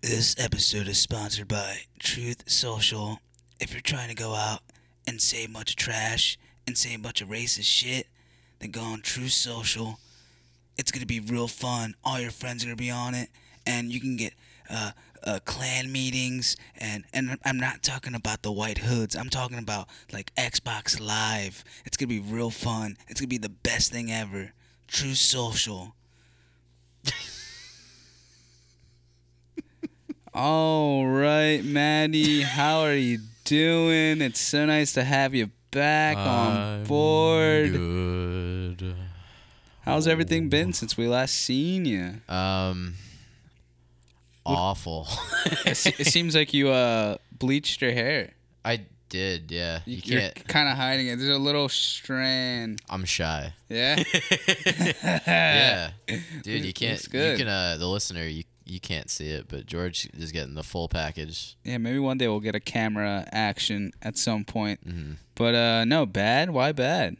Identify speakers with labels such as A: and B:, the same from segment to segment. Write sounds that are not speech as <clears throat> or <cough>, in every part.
A: This episode is sponsored by Truth Social. If you're trying to go out and say a bunch of trash and say a bunch of racist shit, then go on Truth Social. It's gonna be real fun. All your friends are gonna be on it, and you can get uh, uh, clan meetings. And and I'm not talking about the white hoods. I'm talking about like Xbox Live. It's gonna be real fun. It's gonna be the best thing ever. True Social. <laughs> All right, Maddie, how are you doing? It's so nice to have you back on board.
B: Good.
A: How's everything been since we last seen you?
B: Um, awful. <laughs>
A: it, se- it seems like you uh bleached your hair.
B: I did, yeah. You
A: You are
B: can't.
A: kind of hiding it. There's a little strand. <laughs>
B: I'm shy.
A: Yeah.
B: <laughs> Yeah, dude, you can't.
A: looks good.
B: You can. Uh, the listener, you you can't see it, but George is getting the full package.
A: <laughs> Yeah. Maybe one day we'll get a camera action at some point.
B: Mm-hmm.
A: But uh, no, bad. Why bad?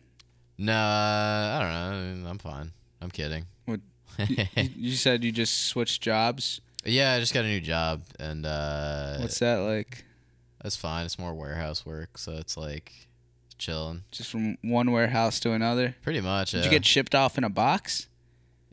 B: No, I don't know. I mean, I'm fine. I'm kidding.
A: What? You,
B: Eh.
A: you said you just switched jobs.
B: <laughs> yeah, I just got a new job, and uh,
A: What's that like?
B: that's fine. It's more warehouse work, so it's like chilling.
A: Just from one warehouse to another.
B: Pretty much.
A: Did you get shipped off in a box?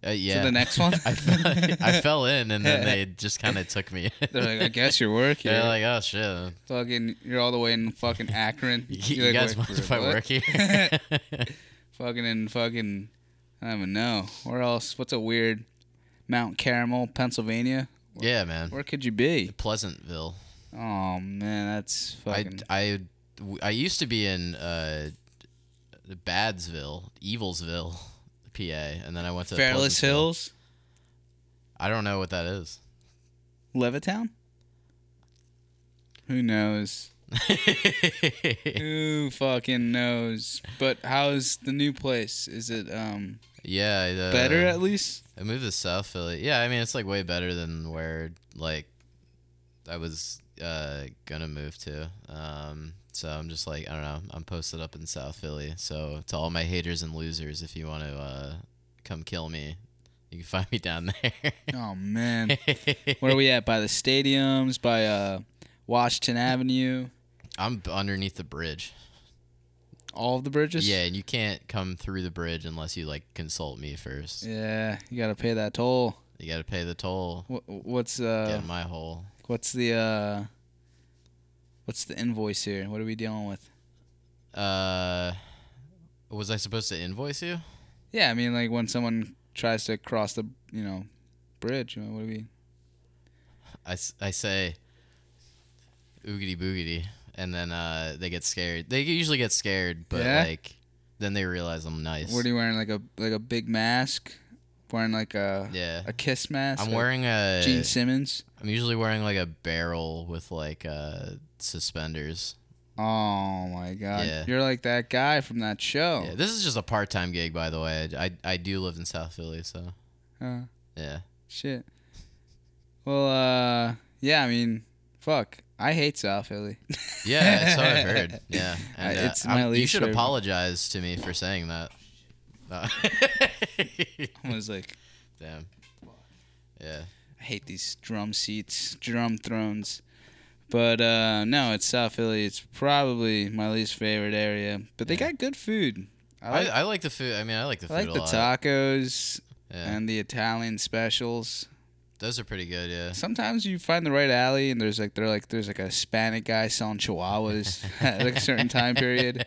B: uh, yeah.
A: the next one?
B: <laughs> I, fell, I fell in, and
A: <laughs>
B: then they just kind of took me.
A: They're like, I guess you're working.
B: <laughs> They're like, oh shit,
A: fucking, you're all the way in fucking Akron.
B: <laughs> you,
A: You're
B: you
A: like,
B: guys
A: "Wait,
B: mind if I
A: what?"
B: work here?
A: <laughs> Fucking in fucking, I don't even know. Where else? What's a weird Mount Carmel, Pennsylvania?
B: yeah, man.
A: Where could you be?
B: Pleasantville.
A: Oh man, that's
B: I,
A: fucking.
B: I, w- I used to be in uh, Badsville, Evilsville, PA, and then I went to
A: Fairless
B: Pleasantville.
A: Hills,
B: I don't know what that is. <laughs>
A: Levittown. Who knows?
B: Eh.
A: Who fucking knows? But how's the new place? Is it um
B: yeah, I, uh,
A: better at least?
B: I moved to South Philly. Yeah, I mean it's like way better than where like I was uh, gonna move to. Um, so I'm just like I don't know. I'm posted up in South Philly. So to all my haters and losers, if you want to uh, come kill me, you can <laughs> find me down there. <laughs>
A: Oh man, where are we at? By the stadiums, by uh Washington Avenue,
B: I'm b- underneath the bridge.
A: all of the bridges.
B: yeah, and you can't come through the bridge unless you like consult me first.
A: Yeah, you gotta pay that toll.
B: You got to pay the toll.
A: Wh- What's uh,
B: Get in my hole.
A: what's the uh, what's the invoice here? What are we dealing with?
B: Uh, was I supposed to invoice you?
A: Yeah, I mean, like when someone tries to cross the, you know, bridge, you know, what do we?
B: I, s- I say oogity boogity and then uh, they get scared they usually get scared but
A: Yeah?
B: like then they realize i'm nice
A: What are you wearing? Like a like a big mask, wearing like a
B: yeah
A: a kiss mask.
B: i'm
A: like
B: wearing a
A: Gene Simmons.
B: am usually wearing like a barrel with like uh suspenders
A: Oh my God,
B: Yeah.
A: you're like that guy from that show.
B: yeah this is just a part-time gig by the way i, I, I do live in south philly so
A: Huh.
B: yeah
A: Shit. Well, uh, yeah, I mean, fuck, I hate South Philly. <laughs>
B: yeah that's what i've heard yeah and,
A: Uh,
B: uh,
A: it's my
B: I'm- you
A: least
B: should
A: favorite.
B: apologize to me for saying that <laughs>
A: <laughs>
B: Uh,
A: I was like,
B: damn yeah
A: I hate these drum seats, drum thrones. But uh, no, it's South Philly. It's probably my least favorite area. But they got good food. I
B: I,
A: like, I,
B: I like the food. I mean, I like the food
A: like
B: a
A: the
B: lot.
A: tacos
B: Yeah.
A: and the Italian specials.
B: Those are pretty good. Yeah.
A: Sometimes you find the right alley and there's like they're like there's like a Hispanic guy selling chihuahuas <laughs> at like a certain time period.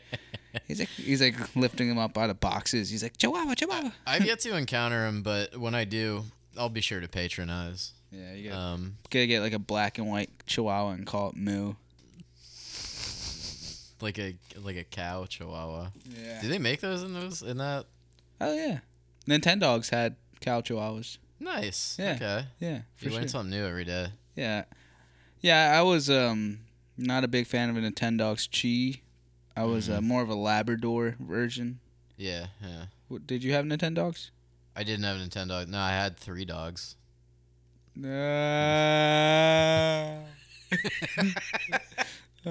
A: He's like he's like lifting them up out of boxes. He's like chihuahua, chihuahua.
B: I've yet to encounter them, but when I do, I'll be sure to patronize.
A: Yeah, you gotta,
B: Um,
A: gotta get like a black and white chihuahua and call it Moo.
B: like a like a cow chihuahua.
A: Yeah.
B: Do they make those in those in that?
A: Oh yeah, Nintendogs had cow chihuahuas.
B: Nice.
A: Yeah,
B: Okay.
A: Yeah, for
B: You
A: sure.
B: learn something new every day.
A: Yeah, yeah. I was um not a big fan of a Nintendogs Chi. I was uh, more of a Labrador version.
B: Yeah. Yeah.
A: What, did you have Nintendogs?
B: I didn't have Nintendo. No, I had three dogs.
A: No. <laughs>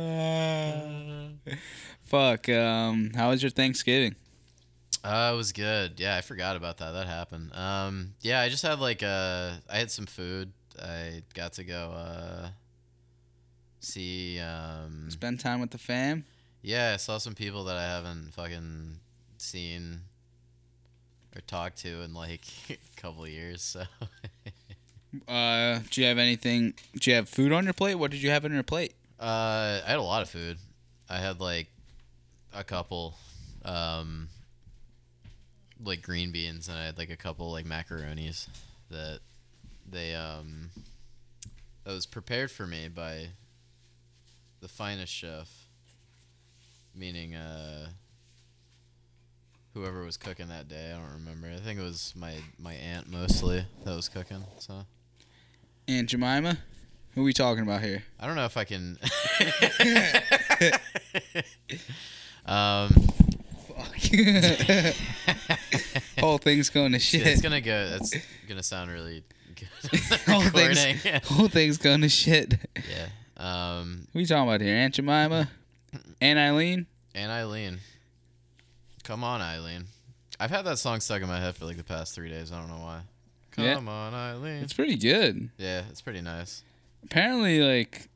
A: Fuck. Um, how was your Thanksgiving?
B: Uh, it was good. Yeah, I forgot about that. That happened. Um, yeah, I just had like uh, I had some food. I got to go uh, see. Um,
A: Spend time with the fam.
B: yeah, I saw some people that I haven't fucking seen or talked to in like <laughs> a couple of years. So
A: Uh, do you have anything? Do you have food on your plate? What did you have on your plate?
B: Uh, I had a lot of food. I had like a couple, um, like green beans, and I had like a couple like macaronis that they um that was prepared for me by the finest chef, meaning uh whoever was cooking that day. I don't remember. I think it was my my aunt mostly that was cooking. So.
A: Aunt Jemima, who we talking about here?
B: I don't know if I
A: <laughs>
B: can. um,
A: Fuck. <laughs> Whole thing's going to
B: yeah,
A: shit.
B: it's gonna go. That's gonna sound really
A: <laughs>
B: good.
A: Whole
B: recording.
A: thing's, <laughs> whole thing's going to shit. <laughs>
B: yeah. Um,
A: Who you talking about here? Aunt Jemima, Aunt Eileen.
B: and Eileen, come on, Eileen. I've had that song stuck in my head for like the past three days. I don't know why. Come
A: Yeah.
B: on, Eileen.
A: It's pretty good.
B: yeah, it's pretty nice.
A: Apparently, like,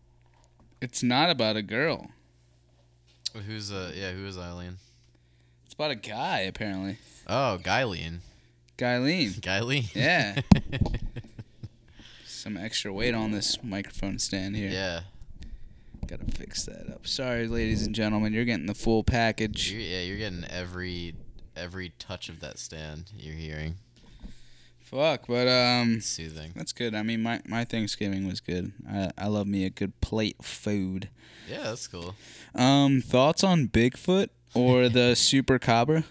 A: it's not about a girl.
B: Who's uh? Yeah, who is Eileen?
A: It's about a guy. Apparently,
B: Oh, Guyleen.
A: Guyleen.
B: Guyleen. <laughs>
A: Yeah. Some extra weight on this microphone stand here.
B: yeah.
A: Gotta fix that up. Sorry, ladies and gentlemen, you're getting the full package.
B: You're, yeah, you're getting every every touch of that stand. You're hearing
A: Fuck, but um,
B: soothing.
A: that's good. I mean, my, my Thanksgiving was good. I I love me a good plate of food.
B: Yeah, that's cool.
A: Um, thoughts on Bigfoot or
B: <laughs>
A: the Super Cobra?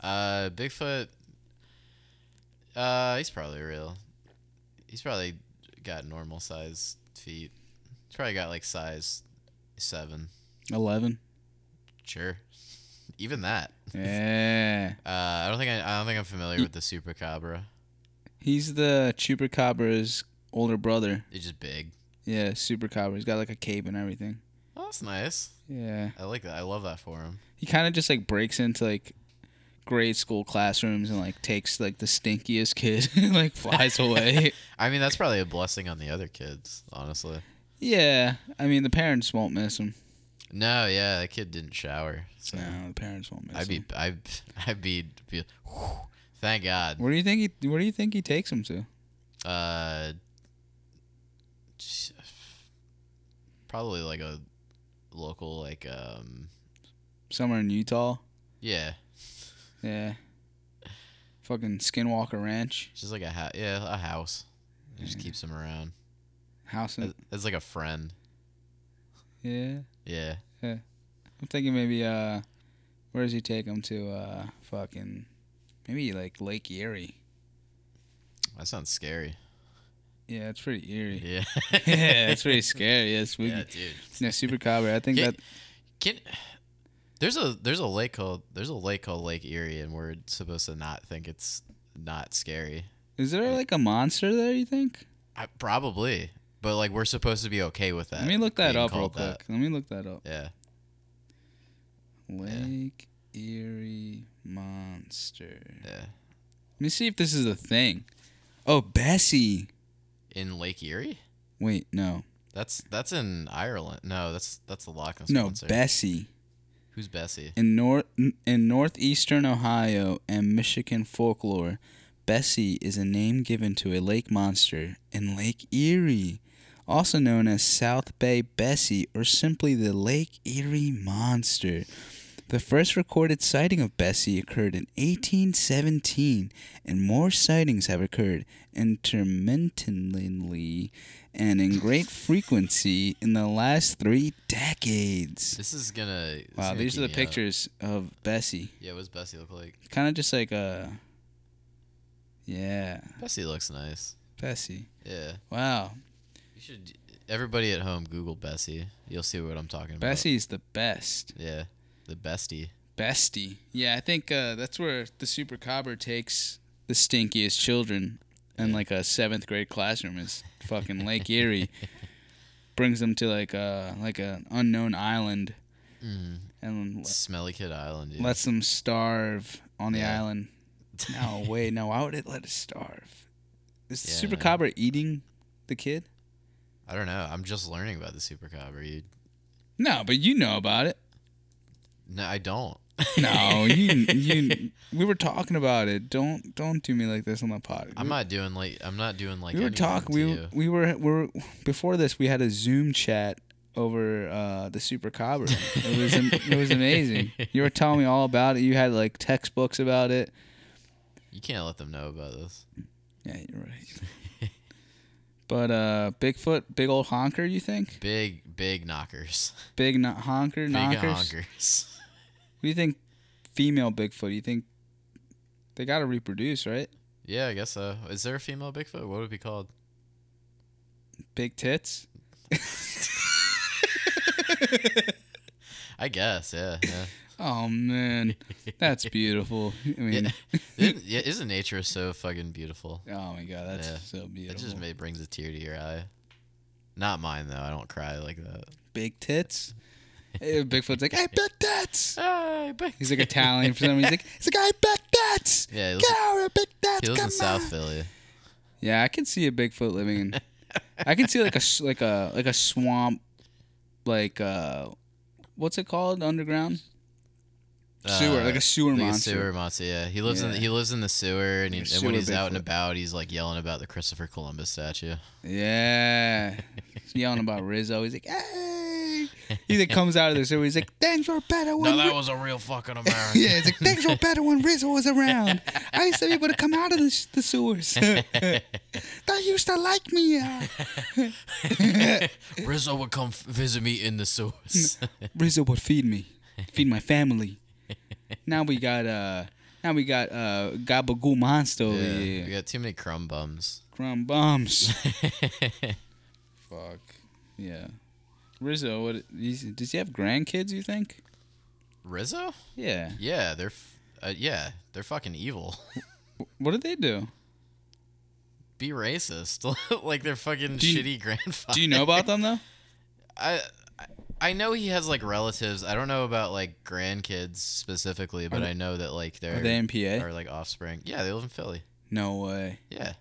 B: Uh, Bigfoot. Uh, he's probably real. He's probably got normal size feet. He's probably got like size seven.
A: Eleven.
B: Sure, <laughs> even that.
A: Yeah,
B: Uh, I don't think I, I don't think I'm familiar with the Supercabra.
A: he's the Chupacabra's older brother.
B: It's just big.
A: Yeah, Super Cobra. He's got like a cape and everything.
B: Oh, that's nice.
A: Yeah,
B: I like that. I love that for him.
A: he kind of just like breaks into like grade school classrooms and like takes like the stinkiest kid <laughs> and like
B: <laughs>
A: flies away.
B: I mean, that's probably a blessing on the other kids, honestly.
A: Yeah, I mean the parents won't miss him.
B: No, yeah, that kid didn't shower. So
A: No, the parents won't miss
B: I'd be,
A: him.
B: I'd, <laughs> I'd be, be thank God.
A: Where do you think he? Where do you think he takes him to?
B: Uh, probably like a local, like um,
A: Somewhere in Utah.
B: yeah,
A: Yeah. Fucking Skinwalker Ranch
B: just like a house. Yeah, a house. It just keeps him around.
A: house. In,
B: That's that's like a friend.
A: yeah,
B: Yeah.
A: I'm thinking maybe uh, where does he take him to? Uh, fucking maybe like Lake Erie.
B: That sounds scary.
A: Yeah, it's pretty eerie.
B: Yeah.
A: <laughs>
B: <laughs>
A: Yeah, it's pretty scary. Yeah, it's spooky.
B: yeah, dude.
A: Yeah, super cobra. I think
B: Yeah.
A: that
B: Can there's a there's a lake called there's a lake called Lake Erie, and we're supposed to not think it's not scary.
A: is there like a monster there. You think?
B: I, probably, but like we're supposed to be okay with that.
A: Let me look that
B: being
A: up real
B: called
A: quick.
B: that.
A: Let me look that up.
B: Yeah.
A: Lake Erie Monster.
B: Yeah.
A: Let me see if this is a thing. Oh, Bessie.
B: In Lake Erie?
A: Wait, no.
B: That's that's in Ireland. No, that's that's the Loch Ness
A: No,
B: Monster.
A: Bessie.
B: Who's Bessie?
A: In north in northeastern Ohio and Michigan folklore, Bessie is a name given to a lake monster in Lake Erie, also known as South Bay Bessie or simply the Lake Erie Monster. The first recorded sighting of Bessie occurred in 1817, and more sightings have occurred intermittently and in great frequency in the last three decades.
B: This is gonna. this is
A: Wow,
B: gonna
A: these are the
B: keep me up.
A: pictures of Bessie.
B: Yeah, what does Bessie look like?
A: Kind of just like a. Yeah,
B: Bessie looks nice.
A: Bessie.
B: Yeah.
A: Wow,
B: You should. Everybody at home, Google Bessie. You'll see what I'm talking about.
A: Bessie's the best.
B: Yeah. The bestie.
A: Bestie. Yeah, I think uh, that's where the super cobber takes the stinkiest children in like a seventh grade classroom is fucking Lake
B: <laughs>
A: Erie. Brings them to like a like an unknown island
B: Mm.
A: and
B: Smelly Kid Island, dude. <laughs>
A: lets them starve on the
B: Yeah.
A: island. No way, no. Why would it let it starve? Is
B: Yeah.
A: Super Cobra eating the kid?
B: I don't know. I'm just learning about the super cop. Are you?
A: No, but you know about it.
B: No, I don't.
A: No, you you. We were talking about it. Don't don't do me like this on the pod.
B: I'm not doing like I'm not doing like.
A: we were
B: anything
A: talking.
B: to
A: We,
B: you.
A: we were we were before this. We had a Zoom chat over uh, the Super Cobra. It was am- it was amazing. You were telling me all about it. You had like textbooks about it.
B: You can't let them know about this.
A: Yeah, you're right. But uh, Bigfoot, big old honker. You think
B: Big big knockers. <laughs>
A: big no- honker, knockers?
B: Big honkers. <laughs>
A: What do you think? Female Bigfoot. You think they gotta reproduce, right?
B: yeah, I guess so. Is there a female Bigfoot? What would it be called?
A: Big tits.
B: I guess. Yeah.
A: <laughs>
B: yeah.
A: Oh man, that's beautiful. I mean,
B: Isn't, yeah, isn't nature so fucking beautiful?
A: oh my god, that's
B: Yeah.
A: so
B: It
A: beautiful.
B: just made, brings a tear to your eye. Not mine though. I don't cry like that.
A: big tits. Eh, Bigfoot's like,
B: <laughs>
A: I bet that's. He's like Italian for some reason. He's like, he's like I bet that's.
B: Yeah, he lives,
A: Get over big
B: he
A: tits. Come
B: lives in
A: on.
B: South Philly.
A: Yeah, I can see a Bigfoot living in. I can see like a s- like a like a swamp, like uh, what's it called underground? Sewer,
B: Uh,
A: like a sewer
B: like
A: monster.
B: A sewer monster. Yeah, he lives in the,
A: Yeah.
B: he lives in the sewer, and, he,
A: Like a
B: and
A: sewer
B: when he's out and
A: Bigfoot.
B: about, he's like yelling about the Christopher Columbus statue.
A: Yeah, he's yelling about Rizzo. He's like, hey. He like comes out of the sewer. He's like, thanks for a better one. <laughs> Ri-"
B: was a real fucking American.
A: yeah, it's like thanks for a better when Rizzo was around. I used to be able to come out of the, s- the sewers. <laughs> they used to like me. uh."
B: Rizzo would come f- visit me in
A: <laughs>
B: the sewers. <laughs>
A: Rizzo would feed me, feed my family. Now we got uh, now we got uh, Gabagool Monster over
B: yeah, we
A: here.
B: got too many crumb bums.
A: Crumb bombs. Fuck. Yeah. Rizzo, what? He's, does he have grandkids? You think?
B: Rizzo?
A: Yeah.
B: Yeah, they're f- uh, yeah, they're fucking evil. <laughs>
A: What did they do?
B: Be racist, <laughs> like they're fucking
A: Do you-
B: shitty grandfather.
A: Do you know about them
B: <laughs>
A: though?
B: I I- I know he has like relatives. I don't know about like grandkids specifically, but I know that like they're
A: Are they in PA?
B: are like offspring. Yeah, they live in Philly.
A: No way.
B: Yeah.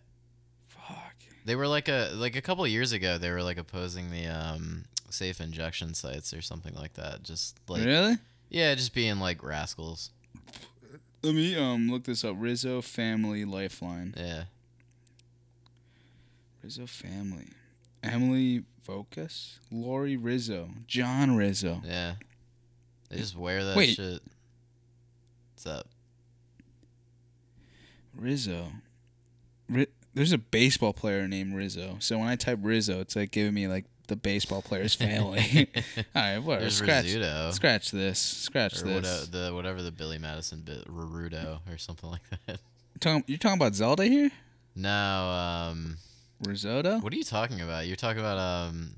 A: Fuck.
B: They were like a like a couple of years ago they were like opposing the um safe injection sites or something like that. Just like
A: really?
B: Yeah, just being like rascals.
A: Let me um look this up. Rizzo family lifeline.
B: Yeah.
A: Rizzo family. Emily Vocus, Lori Rizzo, John Rizzo.
B: Yeah. They just wear that
A: Wait.
B: shit.
A: <laughs>
B: What's up?
A: Rizzo. Ri- There's a baseball player named Rizzo. So when I type Rizzo, it's like giving me like the baseball
B: <laughs>
A: player's family. <laughs> All right, whatever.
B: There's
A: Scratch.
B: Rizzuto.
A: Scratch this. Scratch
B: Or uh,
A: this.
B: whatever the, whatever the Billy Madison bit, Rurudo or something like that. <laughs>
A: Talking- you're talking about Zelda here?
B: No, um,
A: Risotto?
B: what are you talking about? You're talking about um,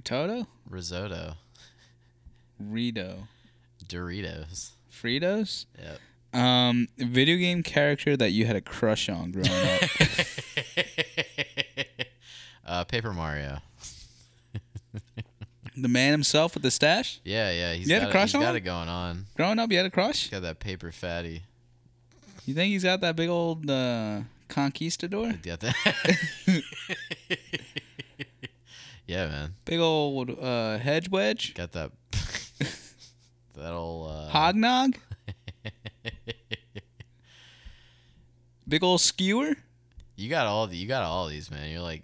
A: Rototo?
B: risotto,
A: Rito.
B: Doritos.
A: Fritos? <laughs>
B: Yep. <laughs>
A: Um, video game character that you had a crush on growing up.
B: <laughs> uh, Paper Mario.
A: the man himself with the stash?
B: Yeah, yeah. He's
A: You had a
B: got,
A: crush
B: it, he's
A: on
B: got
A: him?
B: it going on.
A: Growing up, you had a crush?
B: He's got that paper fatty.
A: You think he's got that big old uh, conquistador?
B: He's got that.
A: <laughs>
B: yeah, man.
A: Big old uh, hedge wedge?
B: Got that. <laughs> that old. Uh, <laughs>
A: Hognog? big old skewer?
B: You got all the, you got all these, man. You're like,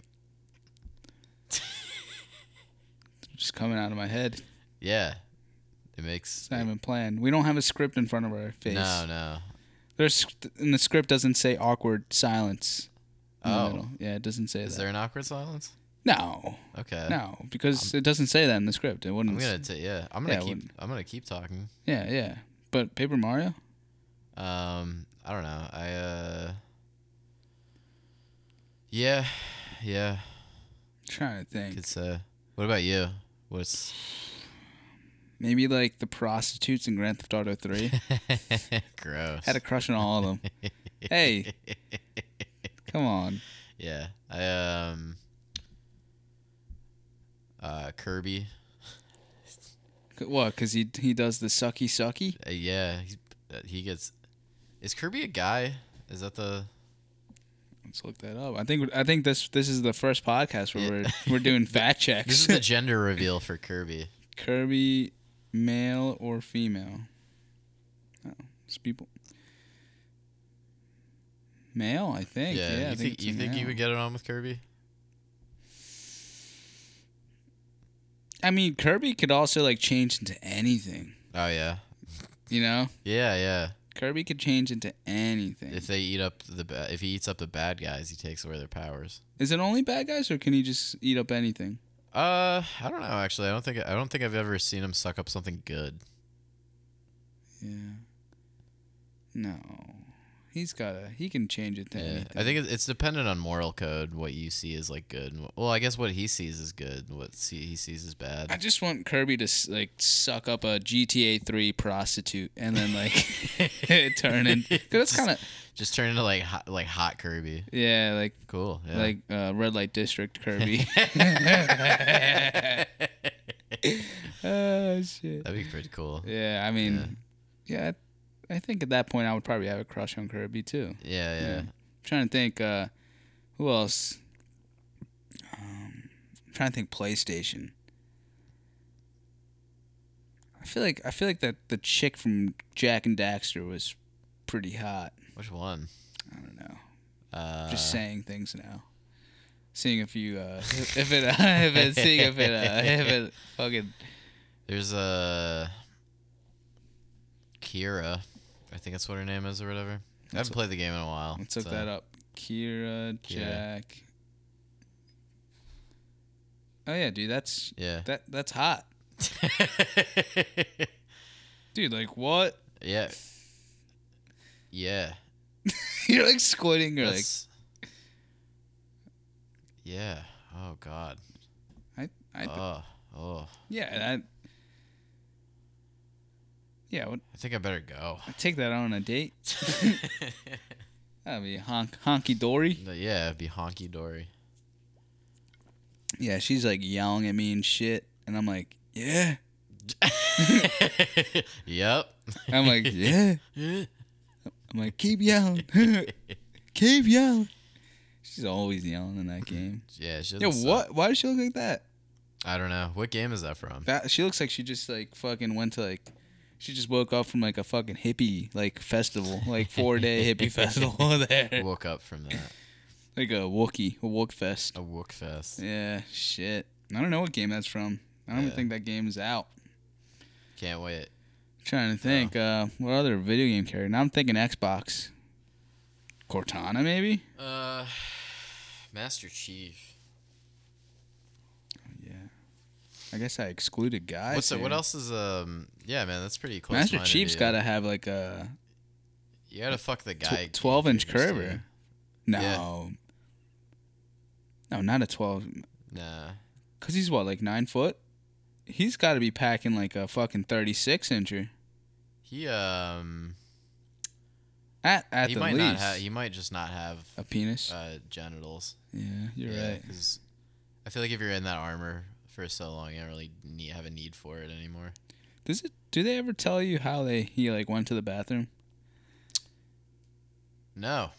A: Just coming out of my head.
B: yeah. It makes
A: It's not even planned. We don't have a script in front of our face.
B: no, no.
A: There's and the script doesn't say awkward silence. In
B: Oh.
A: the middle. yeah, it doesn't say
B: Is
A: that.
B: there an awkward silence?
A: no,
B: Okay.
A: no, because it doesn't say that in the script. It
B: I'm
A: wouldn't.
B: gonna t- yeah. I'm gonna
A: Yeah, I
B: keep.
A: wouldn't.
B: I'm gonna keep talking.
A: yeah, yeah. But Paper Mario,
B: Um, I don't know. I uh. Yeah, yeah.
A: trying to think.
B: Could say. What about you? What's <laughs>
A: Maybe like the prostitutes in Grand Theft Auto Three.
B: <laughs> gross?
A: Had a crush on all of them.
B: <laughs>
A: hey, come on.
B: yeah. I um. Uh, Kirby.
A: C- What? Cause he he does the sucky sucky.
B: Uh, yeah, he's, uh, he gets. Is Kirby a guy? Is that the?
A: Let's look that up. I think I think this this is the first podcast where we're we're
B: <laughs>
A: doing fact
B: This is
A: checks. <laughs>
B: the gender reveal for Kirby.
A: Kirby, male or female? Oh, it's people. Male, I think. Yeah,
B: yeah,
A: I
B: you
A: think,
B: think,
A: it's a
B: you think you
A: male.
B: would get it on with Kirby?
A: I mean, Kirby could also like change into anything.
B: Oh yeah,
A: You know,
B: yeah, yeah.
A: Kirby could change into anything.
B: If they eat up the ba- if he eats up the bad guys, he takes away their powers.
A: Is it only bad guys, or can he just eat up anything?
B: Uh, I don't know. Actually, I don't think I don't think I've ever seen him suck up something good.
A: Yeah. No, he's got to He can change it to
B: Yeah.
A: anything.
B: I think it- it's dependent on moral code. What you see is like good. and wh- Well, I guess what he sees is good. and What see, he sees is
A: I
B: bad.
A: just want Kirby to s- like suck up a GTA 3 prostitute and then like <laughs> turn in. Cause that's kind of
B: <laughs> Just turn into like hot, like hot Kirby.
A: yeah, like
B: Cool. Yeah.
A: like uh, red light district
B: <laughs>
A: Kirby. <laughs> oh shit.
B: that'd be pretty cool.
A: Yeah, I mean, yeah, I, I think at that point I would probably have a crush on Kirby too.
B: Yeah, yeah.
A: Yeah. trying to think, uh, who else? Um, I'm trying to think, PlayStation. I feel like I feel like that the chick from Jack and Daxter was pretty hot.
B: Which one?
A: I don't know.
B: Uh,
A: Just saying things now. Seeing if you, uh, <laughs> if it, if it, seeing if it, uh, if it fucking
B: There's a Kira. I think that's what her name is or whatever. I haven't played the game in a while.
A: Let's look
B: so-
A: that up. Kira, Jack. Oh yeah, dude, that's
B: Yeah.
A: that that's hot. Dude, like what?
B: <laughs>
A: <laughs>
B: yeah. Yeah.
A: You're like squinting or like
B: that's- Yeah. Oh god.
A: I I
B: Oh. Oh.
A: yeah, I Yeah, I would
B: I think I
A: <laughs>
B: better go. <laughs>
A: I'd take that on a date. That'd be honk honky dory.
B: No, yeah, it'd be honky dory.
A: Yeah, she's like yelling at me and shit and I'm like, Yeah.
B: <laughs> yep.
A: I'm
B: <laughs>
A: like, Yeah. I'm like, keep yelling. <laughs> keep yelling. She's always yelling in
B: <laughs>
A: that game.
B: Yeah. She
A: Yeah,
B: doesn't suck.
A: what? Why does she look like that?
B: I don't know. What game is that from?
A: That she looks like she just like fucking went to like, she just woke up from like a fucking hippie like festival, like four
B: <laughs>
A: day hippie festival <laughs> there,
B: Woke up from that.
A: like a Wookie, a Wook fest.
B: A wook fest.
A: Yeah, shit. I don't know what game that's from. I don't even
B: Yeah.
A: think that game is out.
B: Can't wait.
A: trying
B: Oh.
A: to think, uh, what other video game character? Now I'm thinking Xbox. Cortana maybe.
B: Uh, Master Chief.
A: Yeah. I guess I excluded guys.
B: What's
A: here.
B: what else is um? Yeah, man, that's pretty close.
A: Master Chief's got to have like a
B: You gotta fuck the guy.
A: tw- 12 inch
B: figures,
A: curver.
B: Yeah.
A: No. No, not a 12.
B: dude. Nah.
A: Because he's what, like nine foot? He's got to be packing like a fucking 36 incher.
B: He um.
A: At, at
B: he
A: the
B: might
A: least.
B: not have. He might just not have
A: a penis.
B: uh genitals.
A: yeah, you're
B: Yeah,
A: right.
B: 'cause I feel like if you're in that armor for so long, you don't really need, have a need for it anymore.
A: Does it? Do they ever tell you how they he like went to the bathroom?
B: No.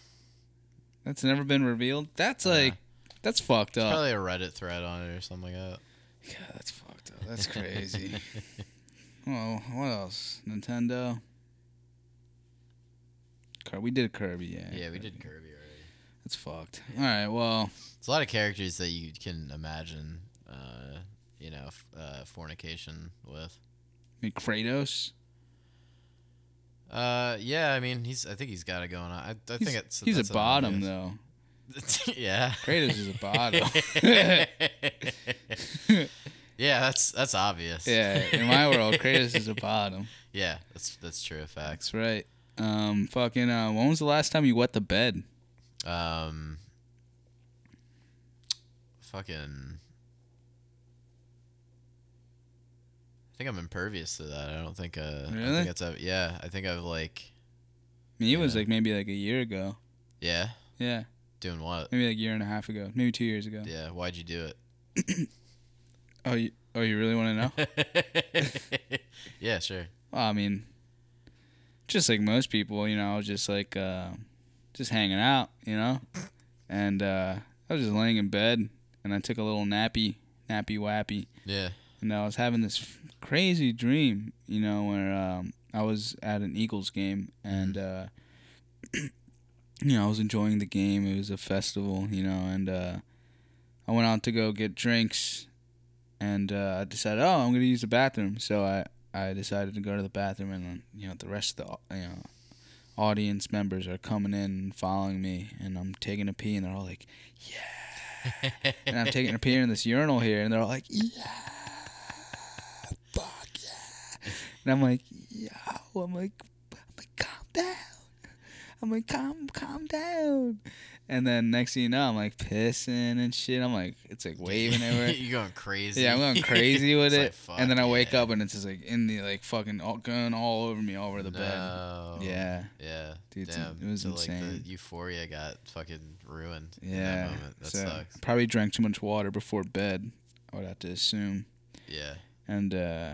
A: That's never been revealed. That's
B: Uh,
A: like, that's fucked up.
B: Probably a Reddit thread on it or something like that.
A: God, that's fucked up. That's
B: <laughs>
A: crazy. well, what else? Nintendo. Car- we did Kirby, yeah.
B: Yeah, we did
A: Kirby.
B: Kirby already.
A: That's fucked. All right, well,
B: It's a lot of characters that you can imagine, uh, you know, f- uh, fornication with.
A: I mean, Kratos.
B: Uh, yeah, I mean, he's. I think he's got it going on. I, I think
A: He's-
B: it's.
A: he's
B: that's
A: a bottom
B: obvious.
A: though.
B: <laughs> yeah.
A: Kratos
B: <laughs>
A: is a bottom.
B: yeah, that's that's
A: <laughs>
B: obvious.
A: yeah, in my
B: <laughs>
A: world, Kratos is a bottom.
B: yeah, that's that's true. Facts.
A: That's right. Um, fucking. Uh, when was the last time you wet the bed?
B: Um. Fucking. I think I'm impervious to that. I don't think. Uh, I
A: Really?
B: think that's a, yeah. I think I've like.
A: I mean, it was
B: Yeah.
A: like maybe like a year ago.
B: Yeah.
A: Yeah,
B: Doing what?
A: maybe like a year and a half ago. Maybe two years ago.
B: Yeah. Why'd you do
A: Oh, you, oh, you really want to
B: <laughs>
A: know? <laughs>
B: it? <laughs> yeah. Sure.
A: Well, I mean, just like most people, you know, I was just like, uh, just hanging out, you know, and uh, I was just laying in bed, and I took a little nappy, nappy wappy,
B: Yeah.
A: and I was having this f- crazy dream, you know, where um, I was at an Eagles game, and uh, <clears throat> you know, I was enjoying the game. It was a festival, you know, and uh, I went out to go get drinks, and uh, I decided, oh, I'm gonna use the bathroom, so I I decided to go to the bathroom, and you know, the rest of the au- you know audience members are coming in and following me and I'm taking a pee and they're all like <laughs> and
B: <laughs>
A: I'm taking a pee in this urinal here and they're all like yeah fuck yeah and I'm like yo I'm like I'm like calm down I'm like calm calm down and then next thing you know I'm like pissing and shit I'm like it's like waving everywhere
B: <laughs> you going crazy.
A: yeah, I'm going
B: <laughs>
A: crazy with
B: It's
A: it,
B: like,
A: and then I
B: fuck
A: wake
B: yeah.
A: up and it's just like in the like fucking all, going all over me, all over the bed.
B: No.
A: Yeah,
B: Yeah.
A: Dude, it's
B: Damn.
A: in- it was
B: so, Like,
A: insane.
B: the euphoria got fucking ruined. In
A: Yeah.
B: that moment. That
A: so,
B: sucks.
A: Probably drank too much water before bed, I would have to assume.
B: Yeah.
A: And uh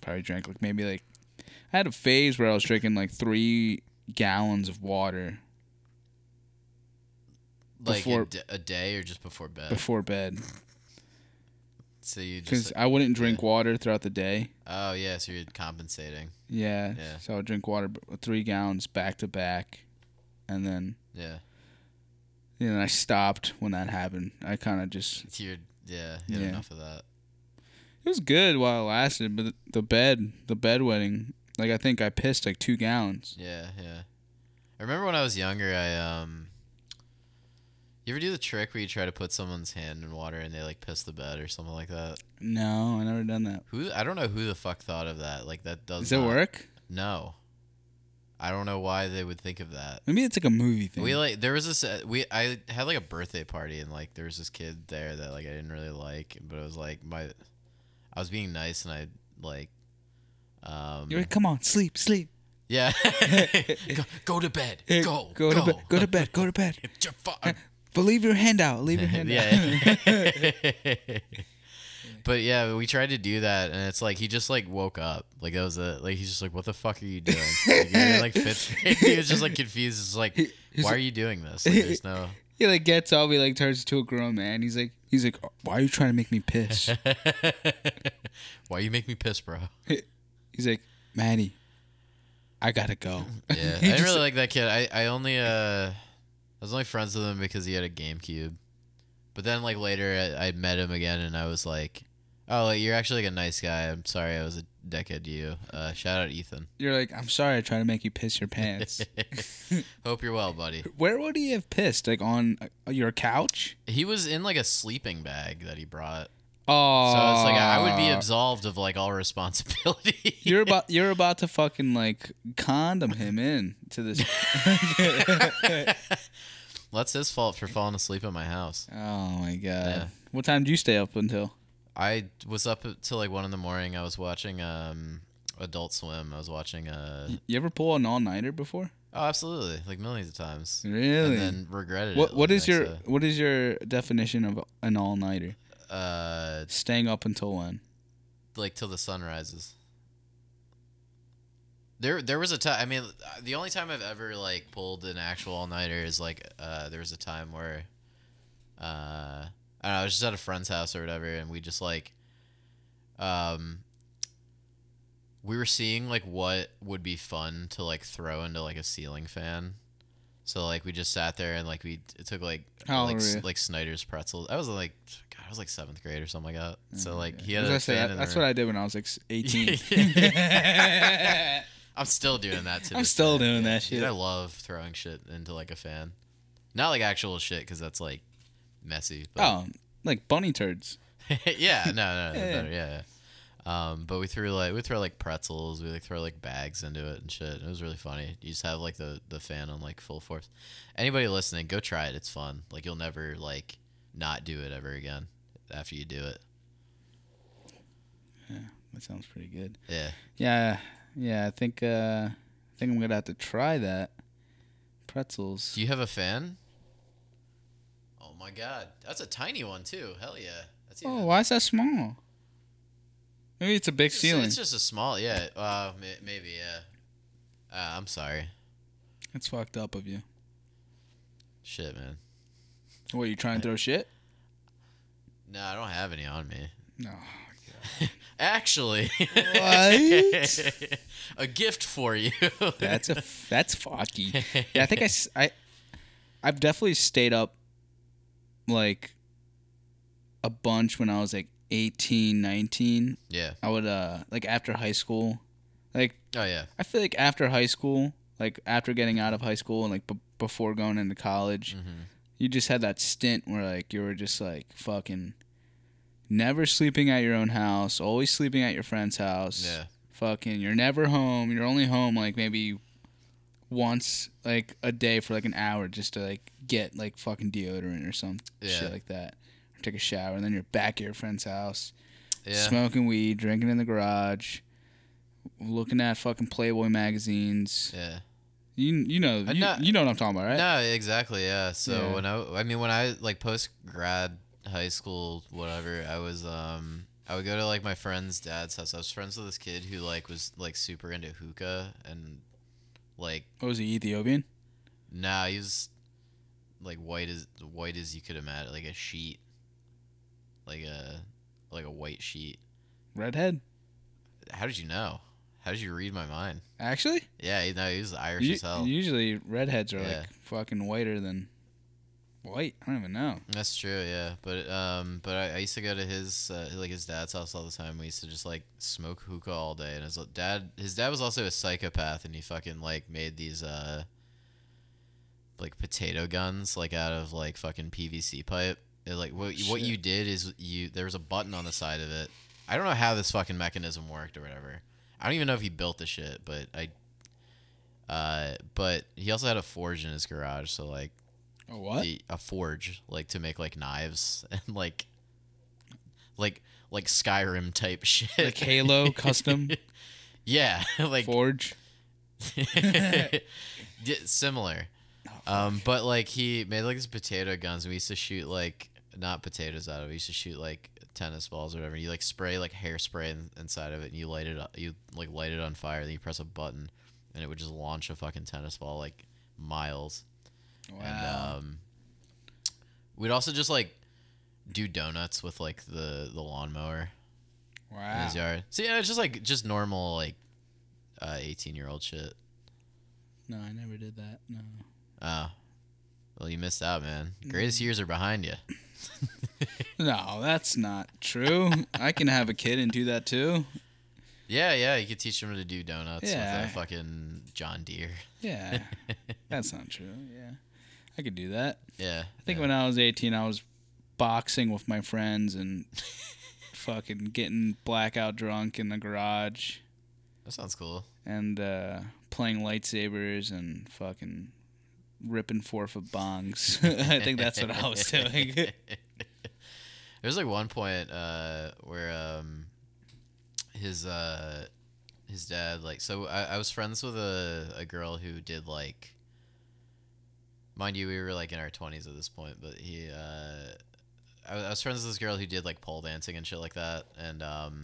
A: probably drank like maybe like I had a phase where I was drinking like three gallons of water
B: Like
A: Before-
B: a, d- a day or just before bed.
A: before bed
B: so you
A: because
B: just. Like,
A: I wouldn't drink water throughout the day.
B: oh yeah. So you're compensating.
A: Yeah.
B: Yeah.
A: So I would drink water b- three gallons back to back, and then
B: Yeah.
A: you know I stopped when that happened. I kind of just
B: It's your. Yeah. You had
A: Yeah.
B: Enough of that.
A: It was good while it lasted, but the bed, the bedwetting, like I think I pissed like two gallons.
B: Yeah, yeah. I remember when I was younger, I um. You ever do the trick where you try to put someone's hand in water and they like piss the bed or something like that?
A: No, I never done that.
B: Who I don't know who the fuck thought of that. Like that does.
A: Does it
B: not-
A: work?
B: No. I don't know why they would think of that.
A: Maybe it's like a movie thing.
B: We like there was this uh, we I had like a birthday party and like there was this kid there that like I didn't really like, but it was like my I was being nice and I like um <laughs>
A: You're like, come on, sleep, sleep. <laughs>
B: yeah go, go to bed
A: Hey,
B: go
A: go, to bed. Go to bed. Go to bed.
B: You're fu-
A: but leave your hand out. Leave your <laughs> hand out. <laughs>
B: yeah. but yeah, we tried to do that, and it's like he just like woke up. Like that was a like he's just like, what the fuck are you doing? Like, you're in, like fifth grade. <laughs> He was just like confused. It's like, why are you doing this? Like, there's no.
A: <laughs> he like gets up. He like turns to a grown man. He's like, he's like, why are you trying to make me
B: <laughs>
A: piss?
B: why you make me piss, bro?
A: he's like, Maddie, I gotta go. <laughs>
B: Yeah, <laughs> I didn't really like that kid. I I only uh, I was only friends with him because he had a GameCube. But then like later, I, I met him again, and I was like, oh, like, you're actually like a nice guy. I'm sorry I was a dickhead to you. Uh, shout out Ethan. <laughs>
A: You're like, I'm sorry. I tried to make you piss your pants.
B: Hope you're well, buddy.
A: Where would he have pissed? Like on uh, your couch?
B: He was in like a sleeping bag that he brought.
A: Oh,
B: So it's like I would be absolved of like all responsibility.
A: You're about you're about to fucking like condom him in to
B: <laughs>
A: this.
B: <laughs>
A: <laughs>
B: That's his fault for falling asleep in my house.
A: oh my god!
B: Yeah.
A: What time do you stay up until?
B: I was up till like one in the morning. I was watching um Adult Swim. I was watching uh
A: You ever pull an all nighter before?
B: oh absolutely like millions of times.
A: Really?
B: And then regretted it.
A: what what
B: like,
A: is your
B: next
A: what is your definition of an all nighter?
B: day. uh
A: Staying up until when?
B: like till the sun rises. There, there was a time. I mean, the only time I've ever like pulled an actual all nighter is like uh, there was a time where, uh, I, don't know, I was just at a friend's house or whatever, and we just like, um, we were seeing like what would be fun to like throw into like a ceiling fan. So like we just sat there and like we it took like
A: How
B: like
A: old were
B: s-
A: you?
B: like Snyder's pretzels. I was like, God, I was like seventh grade or something like that. So like he had
A: As
B: a
A: Mm, I say,
B: fan
A: that-
B: in the
A: that's
B: room.
A: what I did when I was like
B: <laughs>
A: s- eighteen. <laughs>
B: I'm still doing that too.
A: I'm still doing that shit.
B: I love throwing shit into like a fan, not like actual shit because that's like messy. But
A: oh, like bunny turds.
B: <laughs> yeah, no, no, no,
A: Yeah.
B: better, yeah. yeah. Um, but we threw like we throw like pretzels, we like throw like bags into it and shit. It was really funny. You just have like the the fan on like full force. Anybody listening, go try it. It's fun. Like you'll never like not do it ever again after you do it.
A: That sounds pretty good.
B: Yeah.
A: Yeah, yeah. I think uh, I think I'm gonna have to try that. Pretzels.
B: Do you have a fan? Oh my god, that's a tiny one too. Hell yeah. That's even
A: Oh, why is that small? Maybe it's a big
B: It's just-
A: ceiling.
B: It's just a small, yeah. Uh, may- maybe, yeah. Uh, I'm sorry.
A: It's fucked up of you.
B: Shit, man.
A: What you trying to throw shit?
B: No, I don't have any on me.
A: No.
B: Actually,
A: What?
B: <laughs> a gift for you.
A: That's a that's fucky. Yeah, I think I, s- I have definitely stayed up like a bunch when I was like 18, 19.
B: <laughs> yeah.
A: I would uh like after high school. Like
B: Oh yeah.
A: I feel like after high school, like after getting out of high school and like b- before going into college, you just had that stint where like you were just like fucking never sleeping at your own house, always sleeping at your friend's house.
B: Yeah.
A: Fucking, you're never home. You're only home like maybe once like a day for like an hour just to like get like fucking deodorant or some
B: Yeah.
A: shit like that. Or take a shower and then you're back at your friend's house
B: Yeah.
A: smoking weed, drinking in the garage, looking at fucking Playboy magazines.
B: yeah.
A: You you know
B: Uh,
A: you,
B: no-
A: you know what I'm talking about, right?
B: No, exactly. Yeah. So
A: Yeah.
B: when I, I mean, when I like post grad, high school, whatever, I was, um, I would go to like my friend's dad's house. I was friends with this kid who like was like super into hookah and like,
A: What was he Ethiopian?
B: nah, he was like white as white as you could imagine, like a sheet, like a like a white sheet.
A: Redhead?
B: How did you know? How did you read my mind?
A: Actually,
B: Yeah, he- no, he was Irish
A: U-
B: as hell.
A: usually redheads are
B: Yeah.
A: like fucking whiter than white. I don't even know.
B: That's true, yeah. But um, but I, I used to go to his uh, like his dad's house all the time. We used to just like smoke hookah all day. And his l- dad, his dad was also a psychopath, and he fucking like made these uh, like potato guns like out of like fucking PVC pipe. It, like what
A: Shit.
B: what you did is you there was a button on the side of it. I don't know how this fucking mechanism worked or whatever. I don't even know if he built the shit, but I. Uh, but he also had a forge in his garage, so like
A: A what?
B: the- a forge like to make like knives <laughs> and like like like Skyrim type <laughs> shit.
A: Like
B: <laughs>
A: Halo custom
B: yeah, <laughs> like
A: forge. <laughs>
B: yeah, similar.
A: Oh,
B: Um, but like he made like these potato guns. And we used to shoot like not potatoes out of. it. We used to shoot like tennis balls or whatever. You like spray like hairspray in, inside of it, and you light it. up- You like light it on fire. Then you press a button, and it would just launch a fucking tennis ball like miles.
A: uh, Wow.
B: And um, we'd also just like do donuts with like the the lawnmower in
A: wow.
B: his yard. So yeah, it's just like just normal like uh, eighteen year old shit.
A: No, I never did that. No.
B: Oh, well, you missed out, man.
A: Mm.
B: Greatest years are behind you.
A: No, that's not true. <laughs> I can have a kid and do that too.
B: Yeah, yeah, you could teach them to do donuts
A: Yeah.
B: with a fucking John Deere. <laughs>
A: Yeah. that's not true. Yeah. I could do that.
B: Yeah,
A: I think when I was 18, I was boxing with my friends
B: <laughs>
A: and fucking getting blackout drunk in the garage
B: that sounds cool.
A: and uh, playing lightsabers and fucking ripping four foot bongs. <laughs> I think that's what I was doing.
B: <laughs> There was like one point uh, where um, his uh, his dad like so I, I was friends with a, a girl who did like mind you we were like in our twenties at this point but he uh, I, was- I was friends with this girl who did like pole dancing and shit like that and um,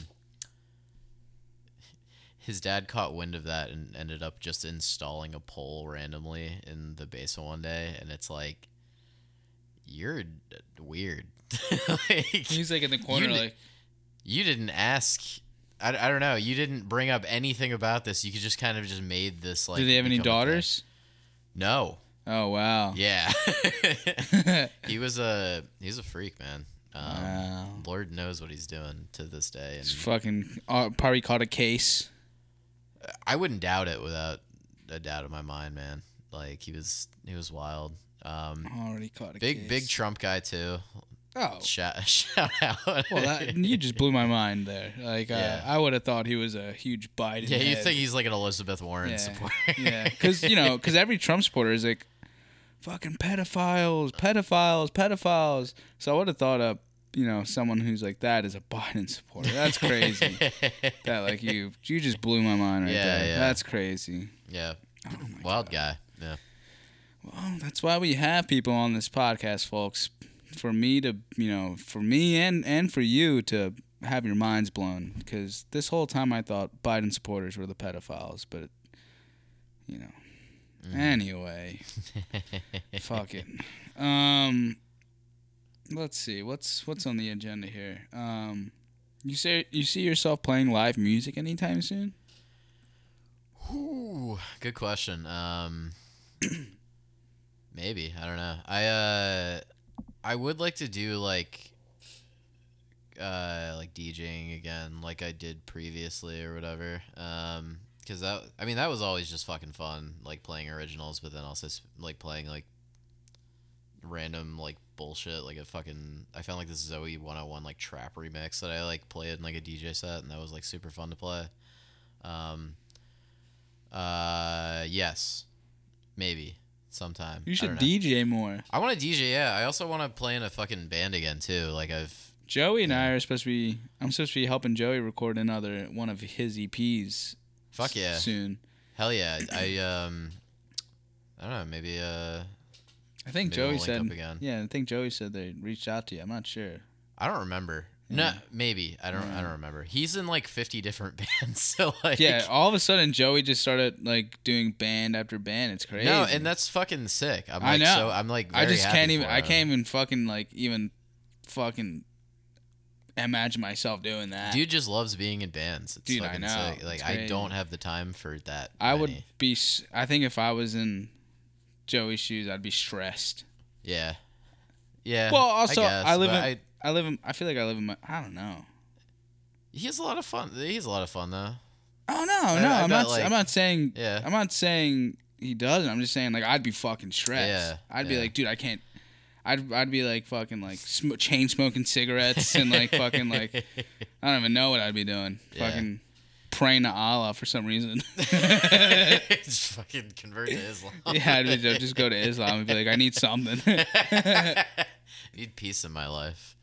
B: his dad caught wind of that and ended up just installing a pole randomly in the basement one day and it's like you're d- weird <laughs> like,
A: He's like in the corner,
B: You kn-
A: like,
B: you didn't ask I, I don't know you didn't bring up anything about this you could just kind of just made this like
A: do they have any
B: become a thing.
A: daughters?
B: no
A: Oh, wow.
B: yeah <laughs> he was a he's a freak man um,
A: Wow.
B: lord knows what he's doing to this
A: <laughs>
B: day
A: It's
B: and
A: fucking uh, probably caught a case.
B: i wouldn't doubt it without a doubt in my mind man like he was he was wild um
A: Already caught a
B: big
A: case.
B: big trump guy too
A: Oh.
B: shout, <laughs> shout out
A: Well,
B: <laughs>
A: that, you just blew my mind there. Like,
B: Yeah.
A: uh, I would have thought he was a huge Biden.
B: yeah you
A: head.
B: think he's like an elizabeth warren supporter <laughs>
A: yeah, because you know, because every Trump supporter is like, fucking pedophiles, pedophiles, pedophiles. So I would have thought of you know someone who's like that is a Biden supporter.
B: <laughs>
A: That's crazy. that like you, you just blew my mind right
B: Yeah,
A: there.
B: yeah.
A: That's crazy.
B: yeah
A: Oh my
B: wild guy yeah
A: Well, that's why we have people on this podcast, folks. For me to, you know, for me and and for you to have your minds blown, because this whole time I thought Biden supporters were the pedophiles, but, you know,
B: Mm.
A: Anyway,
B: <laughs>
A: fuck it. Um, let's see what's what's on the agenda here. Um, you say you see yourself playing live music anytime soon?
B: Ooh, good question. Um, <clears throat> maybe I don't know. I uh, I would like to do like, uh, like DJing again, like I did previously or whatever. Um, because that I mean that was always just fucking fun, like playing originals, but then also s- like playing like random like bullshit like a fucking i found like this zoe 101 like trap remix that i like played in like a dj set and that was like super fun to play um uh yes maybe sometime
A: You
B: I,
A: should
B: don't know.
A: DJ more.
B: I want to dj yeah i also want to play in a fucking band again too like i've
A: Joey and I are supposed to be. I'm supposed to be helping Joey record another one of his EPs.
B: fuck
A: s-
B: yeah
A: Soon.
B: hell yeah i um i don't know maybe uh
A: I think
B: Maybe
A: Joey
B: we'll link
A: said.
B: up again.
A: Yeah, I think Joey said they reached out to you. I'm not sure.
B: I don't remember. No,
A: Yeah.
B: maybe I don't. I
A: Yeah.
B: don't remember. He's in like fifty different <laughs> bands, so like
A: Yeah, all of a sudden Joey just started like doing band after band. It's crazy.
B: No, and that's fucking sick. I'm
A: I
B: like,
A: know.
B: So I'm like,
A: I
B: very
A: just
B: happy
A: can't even.
B: for
A: I
B: him.
A: can't even fucking like even fucking imagine myself doing that.
B: Dude just loves being in bands. It's
A: Dude, I
B: fucking
A: know.
B: sick. Like
A: It's
B: I
A: crazy.
B: don't have the time for that.
A: I would
B: many.
A: be. s- I think if I was in Joey's shoes, I'd be stressed.
B: Yeah. Yeah.
A: Well, also
B: I,
A: I,
B: guess,
A: live in.
B: but
A: I,
B: I-
A: live in. I feel like I live in my. I don't know.
B: he has a lot of fun. He's a lot of fun though.
A: Oh no,
B: I-
A: no,
B: I
A: I, am
B: bet,
A: not. s-
B: like-
A: I'm not saying.
B: Yeah.
A: I'm not saying he doesn't. I'm just saying like I'd be fucking stressed.
B: Yeah,
A: I'd be
B: yeah.
A: like, dude, I can't. I'd, I'd be like fucking like sm- chain smoking cigarettes and
B: <laughs>
A: like fucking like I don't even know what I'd be doing.
B: Yeah.
A: Fucking praying to Allah for some
B: <laughs>
A: reason. <laughs>
B: just fucking convert to Islam.
A: yeah, I'd be, I'd just go to Islam and be like, I need
B: <laughs>
A: something.
B: need peace in my life.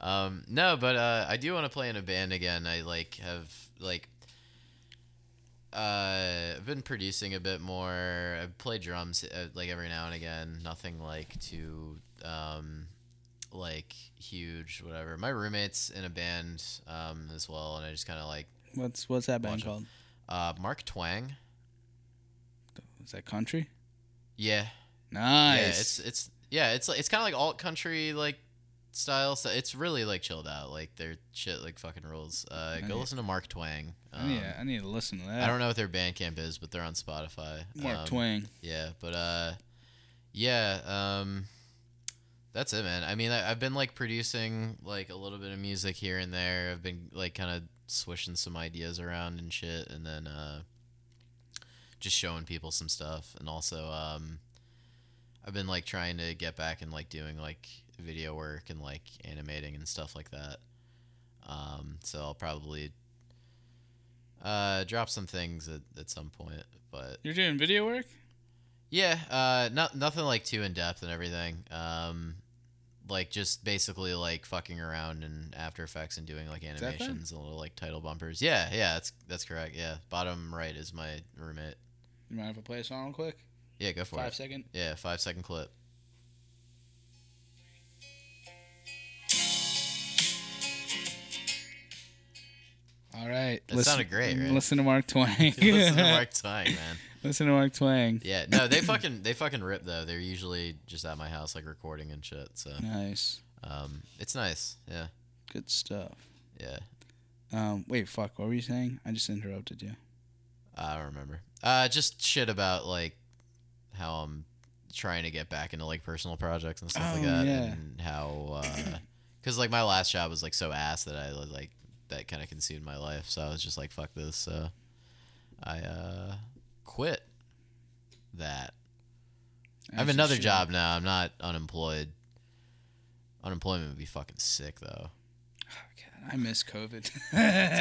B: Um, no, but uh, I do want to play in a band again. I like have like uh, I've been producing a bit more. I play drums uh, like every now and again. Nothing like too um, like huge, whatever. My roommate's in a band um, as well, and I just kind of like
A: what's what's that band
B: Watch it.
A: called?
B: uh, Mark Twang.
A: Is that country?
B: Yeah,
A: Nice.
B: Yeah, it's it's yeah, it's like it's kind of like alt country like style. So it's really like chilled out. Like their shit like fucking rules. Uh,
A: I
B: go
A: need-
B: listen to Mark Twang.
A: I
B: Um,
A: need, I need to listen to that.
B: I don't know what their Bandcamp is, but they're on Spotify.
A: Mark
B: um,
A: Twang.
B: Yeah, but uh, yeah, um, that's it, man. I mean, I, I've been like producing like a little bit of music here and there. I've been like kind of swishing some ideas around and shit, and then uh, just showing people some stuff, and also um, I've been like trying to get back and like doing like video work and like animating and stuff like that. Um, so I'll probably uh, drop some things at, at some point, but
A: You're doing video work?
B: yeah, uh, not nothing like too in depth and everything. Um, like just basically like fucking around in After Effects and doing like
A: that bad?
B: animations and little like title bumpers. Yeah, yeah, that's that's correct. Yeah, bottom right is my roommate.
A: You mind if I play a song real quick?
B: Yeah, go for
A: Five
B: it.
A: second.
B: Yeah, five second clip.
A: <laughs> All right.
B: That sounded great, right?
A: Listen to
B: <laughs>
A: Mark Twang.
B: Listen to Mark Twang, man.
A: <laughs> Listen to Mark Twang.
B: Yeah, no, they fucking they fucking rip though. They're usually just at my house like recording and shit. So
A: Nice.
B: um, it's nice. Yeah,
A: Good stuff.
B: yeah.
A: Um, wait, fuck. What were you saying? I just interrupted you.
B: I don't remember. Uh, just shit about like how I'm trying to get back into like personal projects and stuff like
A: Oh,
B: that,
A: yeah.
B: and how
A: <clears throat>
B: because like my last job was like so ass that I was, like that kind of consumed my life, so I was just like fuck this, so I uh quit that. I have
A: As you
B: another
A: should.
B: job now. I'm not unemployed. Unemployment would be fucking sick
A: <laughs>
B: though,
A: Oh God, I miss COVID. <laughs>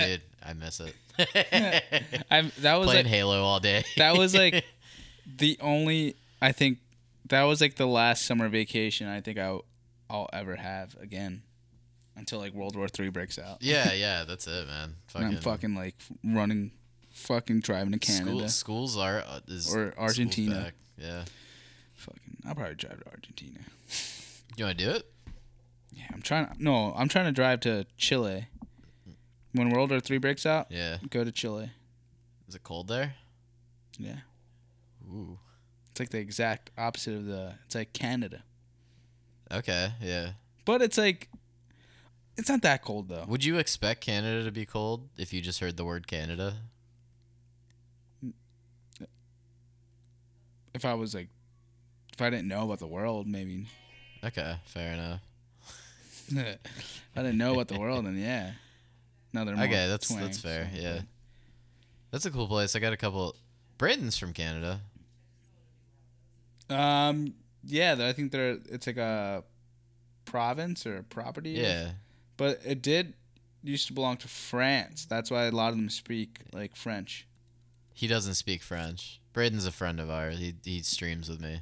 B: dude. I miss it.
A: I that was
B: Playing
A: like,
B: Halo all day.
A: that was like the only I think that was like the last summer vacation I think I I'll ever have again until like World War Three breaks out.
B: Yeah, yeah, that's
A: <laughs>
B: it, man.
A: and
B: Fucking,
A: I'm fucking like running, fucking driving to
B: school,
A: Canada.
B: schools are uh, is,
A: Or
B: school's
A: Argentina.
B: back. Yeah,
A: Fucking, I'll probably drive to Argentina.
B: you want to do it?
A: Yeah, I'm trying. No, I'm trying to drive to Chile. When World War Three breaks out,
B: Yeah.
A: go to Chile.
B: Is it cold there?
A: Yeah.
B: Ooh.
A: like the exact opposite of the. It's like Canada,
B: Okay, yeah.
A: but it's like, it's not that cold though.
B: Would you expect Canada to be cold if you just heard the word Canada?
A: If I was like, if I didn't know about the world, maybe. <laughs>
B: Okay, fair enough.
A: if I didn't know about the world, then yeah. Another
B: Okay, that's that's fair. Yeah, that's a cool place. I got a couple. Brayden's from Canada.
A: yeah. Um. Yeah, I think they're. It's like a province or a property.
B: Yeah,
A: But it did used to belong to France. That's why a lot of them speak like French.
B: he doesn't speak French. Brayden's a friend of ours. He he streams with me.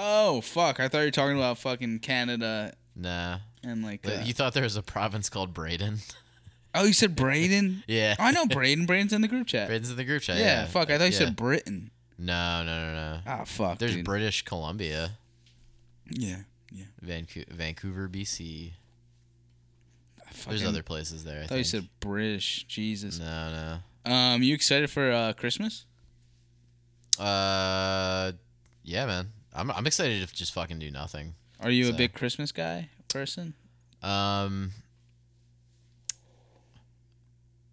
A: Oh fuck! I thought you were talking about fucking Canada
B: Nah,
A: and like.
B: But
A: uh,
B: you thought there was a province called Braden? <laughs>
A: oh, you said Braden.
B: yeah,
A: I
B: <laughs>
A: know Braden. Braden's in the group chat.
B: Brayden's in the group chat.
A: yeah,
B: Yeah,
A: Fuck! I thought you
B: Yeah.
A: said Britain.
B: No, no, no, no.
A: Ah, fuck.
B: There's
A: dude.
B: British Columbia,
A: yeah. Yeah.
B: Vancouver, Vancouver, BC.
A: I fucking-
B: There's other places there.
A: I
B: I,
A: thought
B: think.
A: you said British. Jesus.
B: no, no.
A: Um, you excited for uh Christmas?
B: Uh, yeah, man. I'm I'm excited to just fucking do nothing.
A: Are you a
B: So-
A: big Christmas guy person?
B: Um,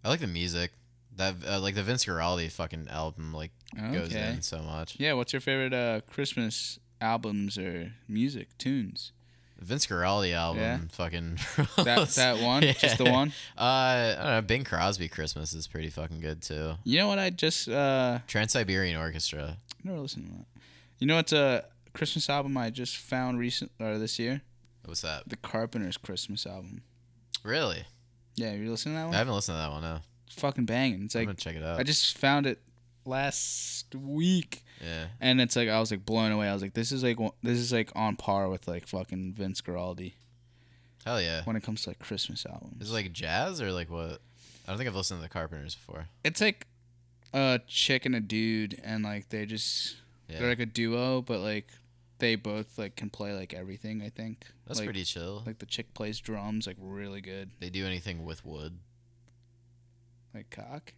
B: I like the music. That uh, like the Vince Guaraldi fucking album like goes
A: Okay.
B: in so much.
A: Yeah. What's your favorite uh Christmas albums or music
B: <laughs>
A: tunes?
B: Vince Guaraldi album
A: Yeah.
B: fucking <laughs>
A: That
B: rules.
A: that one? Just the
B: <laughs> Yeah.
A: one?
B: Uh, I don't know. Bing Crosby Christmas is pretty fucking good too.
A: You know what? I just uh
B: Trans Siberian Orchestra.
A: never listened to that. You know what's a Christmas album I just found recent or this year?
B: What's that?
A: The Carpenters Christmas album.
B: Really?
A: Yeah, you listening to that
B: I
A: one?
B: haven't listened to that one. No.
A: It's fucking banging. It's
B: I'm
A: like
B: gonna check it out.
A: I just found it last week,
B: yeah.
A: and it's like I was like blown away. I was like, this is like one- this is like on par with like fucking Vince Guaraldi
B: Hell yeah.
A: when it comes to like Christmas albums.
B: Is it like jazz or like what? I don't think I've listened to the Carpenters before.
A: It's like a chick and a dude, and like they just
B: Yeah.
A: they're like a duo, but like they both like can play like everything. I think
B: That's
A: like,
B: pretty chill.
A: Like the chick plays drums like really good,
B: they do anything
A: <laughs>
B: with wood.
A: like cock.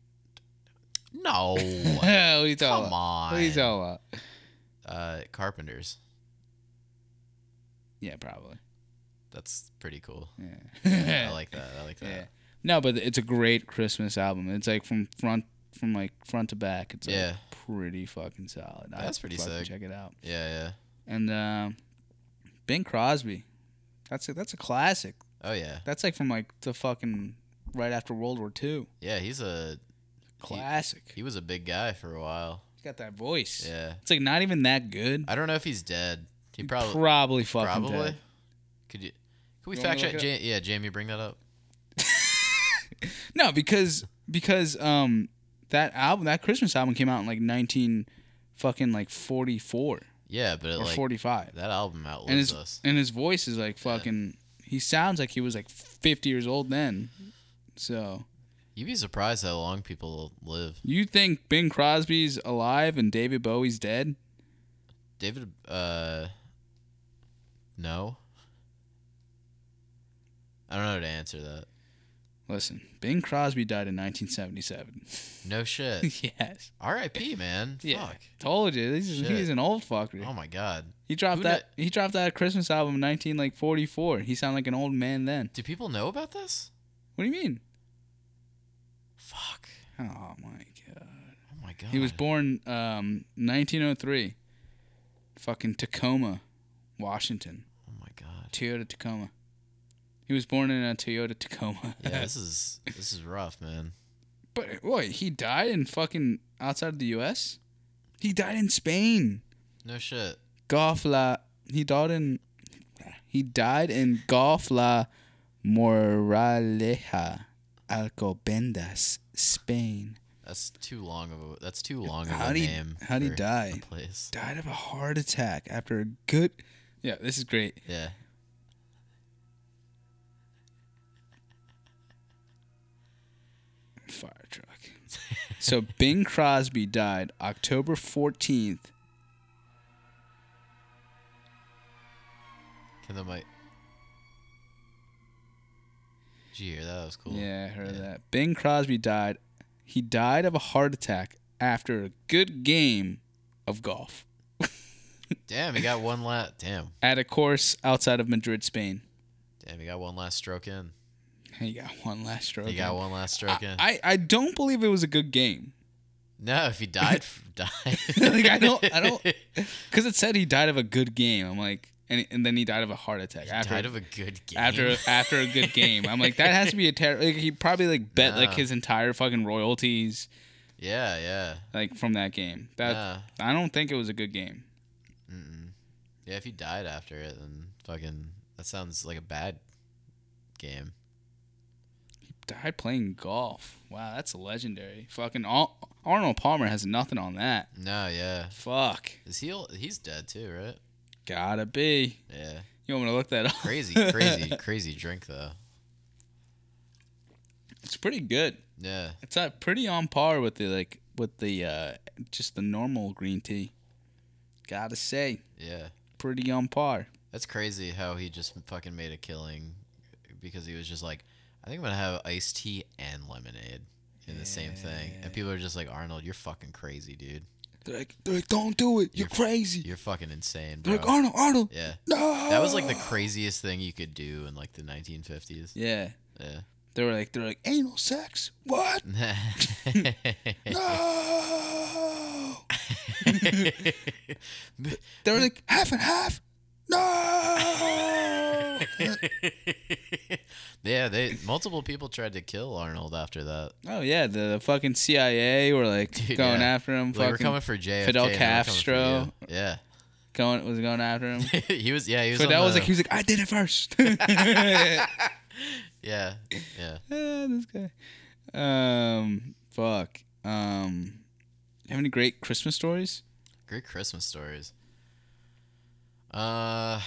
B: No.
A: <laughs> what are you talking
B: Come
A: about?
B: on.
A: What are you talking about?
B: Uh, Carpenters.
A: Yeah, probably.
B: That's
A: <laughs>
B: pretty cool.
A: Yeah. <laughs>
B: I like that. I like that.
A: Yeah. No, but it's a great Christmas album. It's like from front from like front to back. It's like
B: Yeah.
A: pretty fucking solid. I'd
B: That's pretty
A: fucking
B: sick.
A: Check it out.
B: Yeah, yeah.
A: And um, Bing Crosby. That's a, that's a classic.
B: Oh yeah.
A: That's like from like the fucking right after World War II.
B: Yeah, he's a
A: Classic.
B: he was a big guy for a while.
A: He's got that voice.
B: Yeah.
A: It's like not even that good.
B: I don't know if he's dead. He probably
A: probably fucking
B: probably.
A: dead.
B: Could you could we
A: You want
B: fact
A: me to
B: check
A: look
B: ja- yeah, Jamie bring that up?
A: No, because because um that album that Christmas album came out in like nineteen fucking like forty four
B: Yeah, but it,
A: or
B: like
A: forty five.
B: that album outlives
A: And his
B: us.
A: and his voice is like fucking he sounds like he was like fifty years old then. So
B: You'd be surprised how long people live.
A: you think Bing Crosby's alive and David Bowie's dead?
B: David uh No. I don't know how to answer that.
A: Listen, Bing Crosby died in nineteen seventy
B: <laughs>
A: seven. <laughs>
B: No shit.
A: yes.
B: R.I.P. man.
A: Yeah.
B: Fuck.
A: Told you, this is,
B: Shit.
A: he's an old fucker.
B: Oh my god.
A: he dropped
B: who
A: that. He dropped that Christmas album in nineteen like forty four. He sounded like an old man then.
B: Do people know about this?
A: What do you mean?
B: Fuck.
A: Oh my god.
B: Oh my god.
A: He was born um 1903. Fucking Tacoma, Washington.
B: Oh my god.
A: Toyota Tacoma. He was born in a Toyota Tacoma. <laughs>
B: Yeah, this is this is rough, man.
A: but boy, he died in fucking outside of the US? He died in Spain.
B: No shit.
A: Gofla. He died in he died in Gofla Moraleja, Alcobendas, Spain.
B: That's too long of a that's too long of
A: How'd
B: a
A: he-
B: name.
A: how'd he
B: for
A: die?
B: a place.
A: Died of a heart attack after a good Yeah, this is great.
B: Yeah.
A: fire truck. so Bing Crosby died October 14th.
B: Can the mic Did you hear that? That was cool.
A: Yeah, I heard
B: Yeah.
A: that. Bing Crosby died. He died of a heart attack after a good game of golf.
B: Damn, he got one last. Damn,
A: at a course outside of Madrid, Spain.
B: damn, he got one last stroke in.
A: He got one last stroke.
B: He got
A: in.
B: one last stroke in.
A: I, I, I don't believe it was a good game
B: no, if he died, f- <laughs> died.
A: Like, I don't- I
B: <laughs>
A: don't- because it said he died of a good game. I'm like, and, and then he died of a heart attack <laughs> after
B: died of a good
A: <laughs>
B: game.
A: after after a good game. I'm like, that has to
B: <laughs>
A: be a terrible. Like, he probably like bet like
B: Nah.
A: his entire fucking royalties
B: <laughs> yeah, yeah.
A: like from that game. That
B: Nah.
A: I don't think it was a good game.
B: Mm-mm. Yeah, if he died after it, then fucking that sounds like a bad game.
A: Died playing golf. Wow, that's legendary. Fucking Al- Arnold Palmer has nothing on that.
B: No, yeah.
A: Fuck,
B: Is he? al- He's dead too, right?
A: gotta be.
B: Yeah.
A: You want me to look that up?
B: Crazy, crazy, crazy drink though.
A: <laughs> it's pretty good.
B: Yeah.
A: It's uh, pretty on par with the like with the uh just the normal green tea. Gotta say,
B: Yeah.
A: pretty on par.
B: That's crazy how he just fucking made a killing because he was just like, I think I'm gonna have iced tea and lemonade in the same thing, and people are just like, Arnold, you're fucking crazy, dude.
A: They're like, they're like don't do it. You're, crazy.
B: You're fucking insane,
A: they're
B: bro.
A: like Arnold, Arnold.
B: yeah.
A: No.
B: That was like the craziest thing you could do in like the 1950s.
A: yeah.
B: Yeah.
A: They were like, they're like anal sex. What? No. they were <laughs> like half and half. No.
B: <laughs> yeah, they multiple people tried to kill Arnold after that.
A: <laughs> oh yeah, the, the fucking CIA were like
B: Dude,
A: going
B: <laughs> yeah.
A: after him.
B: Like,
A: Fucking
B: we're coming for JFK.
A: Fidel
B: and then we're coming for
A: Castro.
B: you. Yeah. <laughs>
A: going was going after him.
B: he was yeah, he was on
A: Fidel was
B: the-
A: like, he was like, I did it first. <laughs> Ah,
B: Yeah. Yeah.
A: this guy. Um, fuck. Um, you have any great Christmas stories?
B: Great Christmas stories. Uh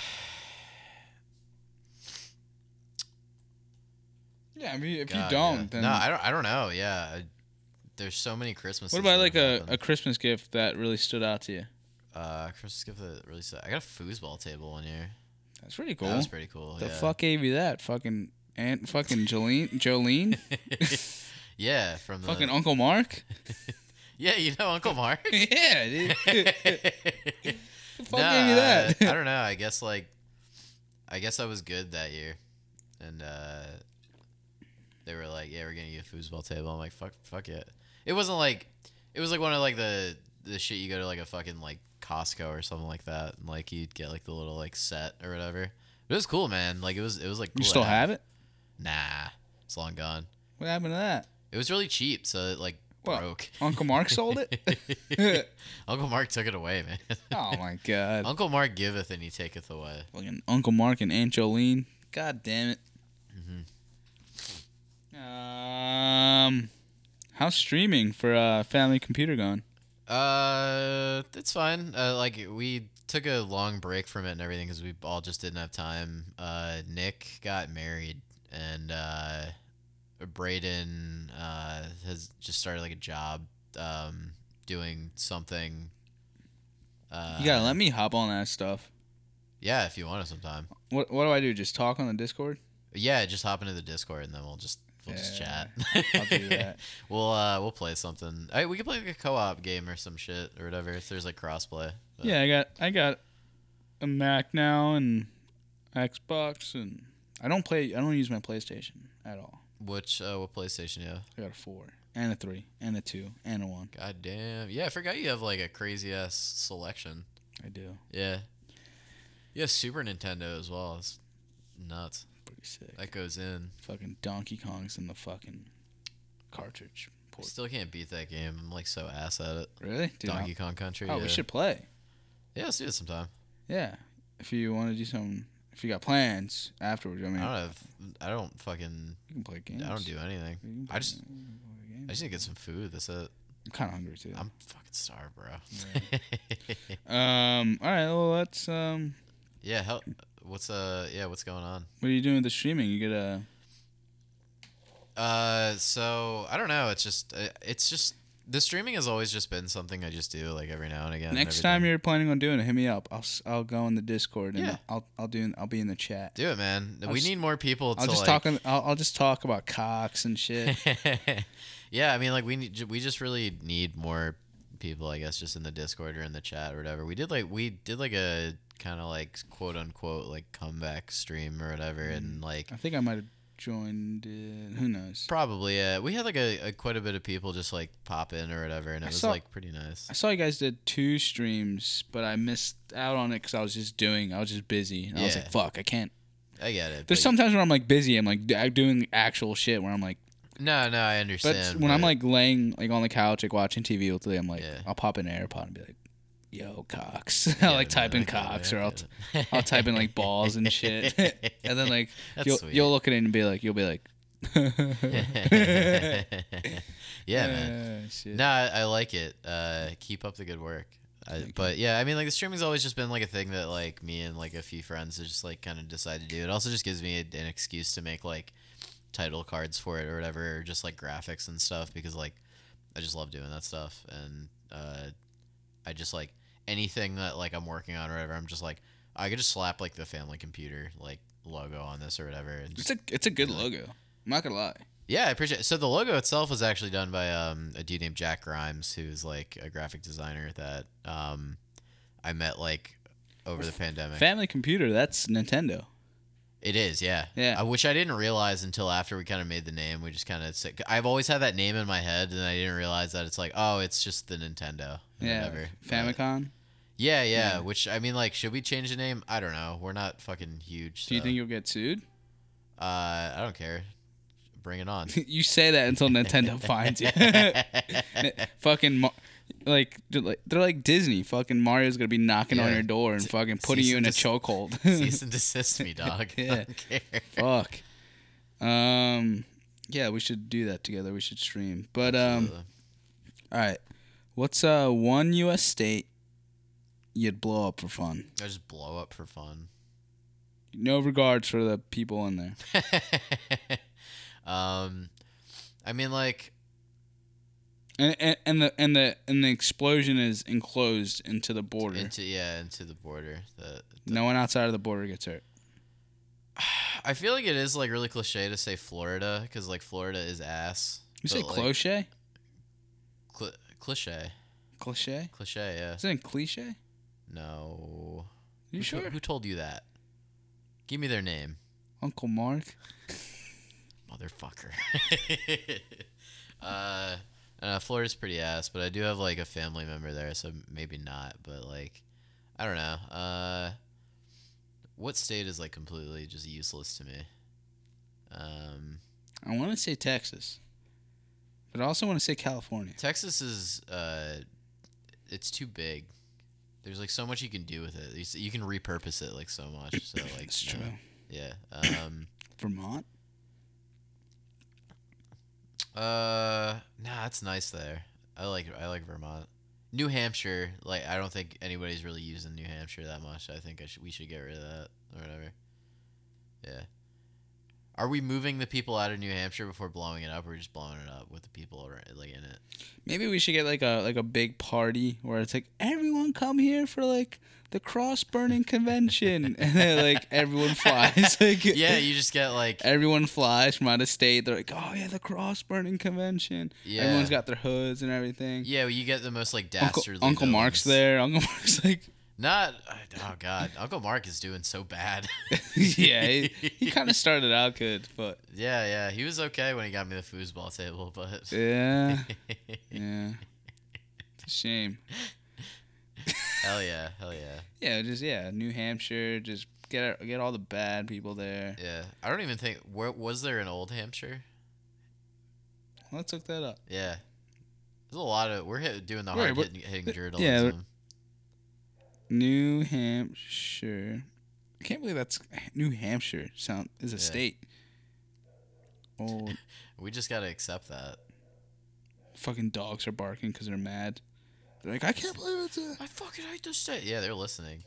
A: Yeah, I mean, if
B: God,
A: you don't,
B: yeah.
A: then
B: No, I don't I don't know. Yeah. I- there's so many Christmases.
A: what about
B: that
A: like
B: have
A: a,
B: happened.
A: a Christmas gift that really stood out to you?
B: Uh, Christmas gift that really sucked. I got a foosball table one year.
A: That's pretty cool.
B: That was pretty cool.
A: the
B: yeah.
A: fuck gave you that? Fucking aunt, fucking Jolene,
B: <laughs>
A: Jolene,
B: <laughs> yeah, from the
A: fucking Uncle Mark. <laughs>
B: yeah, you know Uncle Mark. <laughs>
A: yeah, dude. the fuck
B: Nah,
A: gave you that?
B: I, I don't know. I guess like, I guess I was good that year, and uh, they were like, "Yeah, we're getting you a foosball table." I'm like, "Fuck, fuck it." It wasn't like, it was like one of like the the shit you go to like a fucking like Costco or something like that, and like you'd get like the little like set or whatever. It was cool, man. Like it was, it was
A: <laughs>
B: like
A: you
B: cool to
A: still have it?
B: Nah, it's long gone.
A: What happened to that?
B: It was really cheap, so it like
A: Well, <laughs>
B: broke. <laughs>
A: Uncle Mark sold it. <laughs>
B: Uncle Mark took it away, man. <laughs>
A: oh my god.
B: Uncle Mark giveth and he taketh away.
A: Fucking Uncle Mark and Aunt Jolene. God damn it.
B: Mm-hmm.
A: Um, how's streaming for uh, Family Computer going?
B: Uh, it's fine. Uh, like we took a long break from it and everything because we all just didn't have time. Uh, Nick got married and uh, Braden uh has just started like a job, um, doing something. Uh,
A: You gotta let me hop on that stuff.
B: yeah, if you want to sometime.
A: What What do I do? Just talk on the Discord?
B: Yeah, just hop into the Discord and then we'll just we'll just
A: Yeah,
B: chat.
A: I'll do that.
B: <laughs> We'll uh we'll play something. I, we could play like a co-op game or some shit or whatever if there's like crossplay. But-
A: yeah, I got I got a Mac now and Xbox, and I don't play. I don't use my PlayStation at all.
B: Which uh, what PlayStation you have?
A: I got a four and a three and a two and a one.
B: God damn. Yeah, I forgot you have like a crazy ass selection.
A: I do.
B: Yeah. Yeah, Super Nintendo as well. It's nuts.
A: Pretty sick.
B: That goes in.
A: fucking Donkey Kong's in the fucking cartridge
B: I
A: port.
B: still can't beat that game. I'm like so ass at it.
A: Really? Dude,
B: Donkey Kong Country.
A: Oh,
B: yeah.
A: we should play.
B: Yeah, let's do it sometime.
A: Yeah. If you want to do something, if you got plans afterwards, I mean,
B: I don't have. I don't fucking.
A: you can play games.
B: I don't do anything.
A: You can
B: I just.
A: play
B: I
A: games.
B: just need to get some food. That's it.
A: I'm kind of hungry too.
B: I'm fucking starved, bro. <laughs> Yeah.
A: Um. All right. Well, let's. Um.
B: how, what's uh? Yeah, what's going on?
A: What are you doing with the streaming? You get a.
B: Uh, so I don't know. It's just uh, it's just the streaming has always just been something I just do like every now and again. and
A: Next time
B: everything.
A: you're planning on doing it, hit me up. I'll s- I'll go in the Discord and
B: Yeah.
A: I'll I'll do I'll be in the chat.
B: do it, man. we
A: just-
B: need more people. To
A: I'll just
B: like, <laughs>
A: talk on, I'll, I'll just talk about cocks and shit.
B: yeah, I mean, like we need, we just really need more people, I guess, just in the Discord or in the chat or whatever. We did like we did like a kind of like quote unquote like comeback stream or whatever,
A: Mm.
B: and like
A: I think I might have joined it. Who knows?
B: probably yeah, we had like a, a quite a bit of people just like pop in or whatever, and it
A: I
B: was
A: saw-
B: like pretty nice.
A: I saw you guys did two streams, but I missed out on it because I was just doing. I was just busy, and I was
B: Yeah.
A: like, "Fuck, I can't."
B: I get it.
A: There's
B: but-
A: sometimes when I'm like busy, I'm like d- I'm doing actual shit where I'm like.
B: no, no, I
A: But
B: understand.
A: when I'm
B: but-
A: like laying like on the couch, like watching TV all day, I'm like,
B: Yeah.
A: I'll pop in an AirPod and be like, "Yo, <laughs> cocks."
B: Yeah,
A: I like
B: no,
A: type in
B: I get it,
A: cocks,
B: I
A: or I'll
B: get
A: t-
B: it.
A: I'll type in like balls and shit, <laughs> and then like
B: <laughs> That's
A: you'll
B: sweet.
A: you'll <laughs> look at it and be like, you'll be like,
B: <laughs>
A: <laughs>
B: yeah, man.
A: Ah, shit.
B: No, I, I like it. Uh, keep up the good work. I, but yeah, I mean, like the streaming's always just been like a thing that like me and like a few friends have just like kind of decided to do. It also just gives me a, an excuse to make like title cards for it or whatever, or just like graphics and stuff because like I just love doing that stuff and uh, I just like anything that like I'm working on or whatever. I'm just like I could just slap like the family computer like logo on this or whatever. And just,
A: It's a it's a good logo. I'm not gonna lie.
B: yeah, I appreciate it. So the logo itself was actually done by um, a dude named Jack Grimes, who's like a graphic designer that um, I met like over the pandemic.
A: Family computer. That's Nintendo.
B: it is, yeah.
A: Yeah.
B: I wish I didn't realize until after we kind of made the name. We just kind of I've always had that name in my head, and I didn't realize that it's like, oh, it's just the Nintendo. and
A: Yeah.
B: whatever. But-
A: Famicom.
B: yeah, yeah,
A: Yeah.
B: Which I mean, like, should we change the name? I don't know. We're not fucking huge.
A: Do you
B: so-
A: think you'll get sued? <laughs>
B: Uh, I don't care. Bring
A: <laughs>
B: it on. <laughs>
A: you say that until Nintendo finds you. <laughs> fucking. Ma- like they're like- they're like Disney. Fucking Mario's gonna be knocking on
B: Yeah.
A: your door and fucking putting
B: cease
A: you in
B: and
A: a
B: des-
A: chokehold. <laughs>
B: <laughs> Cease and desist me, dog. I
A: Yeah.
B: don't care.
A: Fuck. Um. Yeah, we should do that together. We should stream. But um.
B: Absolutely.
A: All right. What's uh one U.S. state you'd blow up for fun?
B: I just blow up for fun. <laughs>
A: No regards for the people in there.
B: um, I mean, like,
A: And, and, and the and the and the explosion is enclosed into the border.
B: into yeah, into the border. The, the-
A: no one outside of the border gets hurt.
B: I feel like it is like really cliche to say Florida because like Florida is ass.
A: You say
B: but, like,
A: cloche?
B: cli- cliche,
A: Cloche?
B: cliche. Yeah.
A: Isn't it cliche?
B: No.
A: You
B: who to-
A: sure?
B: who told you that? Give me their name,
A: Uncle Mark?
B: motherfucker. <laughs> uh, uh, Florida's pretty ass, but I do have like a family member there, so maybe not. But like, I don't know. Uh, what state is like completely just useless to me? Um,
A: I want to say Texas, but I also want to say California.
B: Texas is uh, it's too big. There's like so much you can do with it. You, s- you can repurpose it like so much. So like,
A: It's
B: no.
A: true.
B: Yeah. Um.
A: Vermont?
B: Uh, nah, it's nice there. I like I like Vermont. New Hampshire, like I don't think anybody's really using New Hampshire that much. I think I should, we should get rid of that or whatever. Yeah. Are we moving the people out of New Hampshire before blowing it up, or are we just blowing it up with the people alre- like
A: <laughs>
B: in it?
A: Maybe we should get like a like a big party where it's like everyone come here for like the cross burning convention, <laughs> and then like everyone flies. <laughs> like
B: Yeah, you just get like
A: everyone flies from out of state. They're like, oh yeah, the cross burning convention.
B: Yeah.
A: Everyone's got their hoods and everything.
B: yeah, you get the most like
A: Uncle,
B: dastardly.
A: Uncle Mark's
B: villains.
A: there. Uncle Mark's <laughs>
B: <laughs>
A: like,
B: Not oh god, Uncle Mark is doing so bad.
A: <laughs> yeah, he, he kind of started out good, but
B: <laughs> Yeah, yeah, he was okay when he got me the foosball table, but
A: yeah,
B: <laughs>
A: yeah, it's a shame.
B: hell yeah, hell yeah.
A: Yeah, just yeah, New Hampshire. Just get get all the bad people there.
B: Yeah, I don't even think where was there an old Hampshire?
A: Let's look that up.
B: Yeah, there's a lot of we're hit, doing the
A: Right,
B: hard
A: but-
B: hitting, hitting journalism.
A: yeah, New Hampshire. I can't believe that's New Hampshire. Sound is a
B: Yeah.
A: state. Oh,
B: we just gotta accept that.
A: fucking dogs are barking because they're mad. They're like, I can't believe it's a.
B: I fucking hate this shit. Yeah, they're listening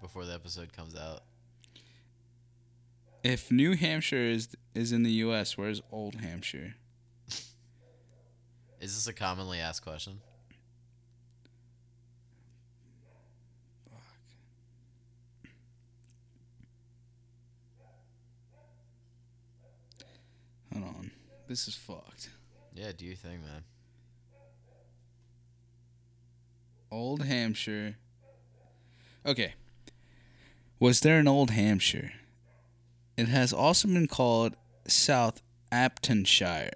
B: before the episode comes out.
A: If New Hampshire is is in the U.S., where's Old Hampshire?
B: Is this a commonly asked question?
A: Hold on, this is fucked.
B: Yeah, do your thing, man.
A: Old Hampshire. Okay. Was there an Old Hampshire? It has also been called South Aptonshire.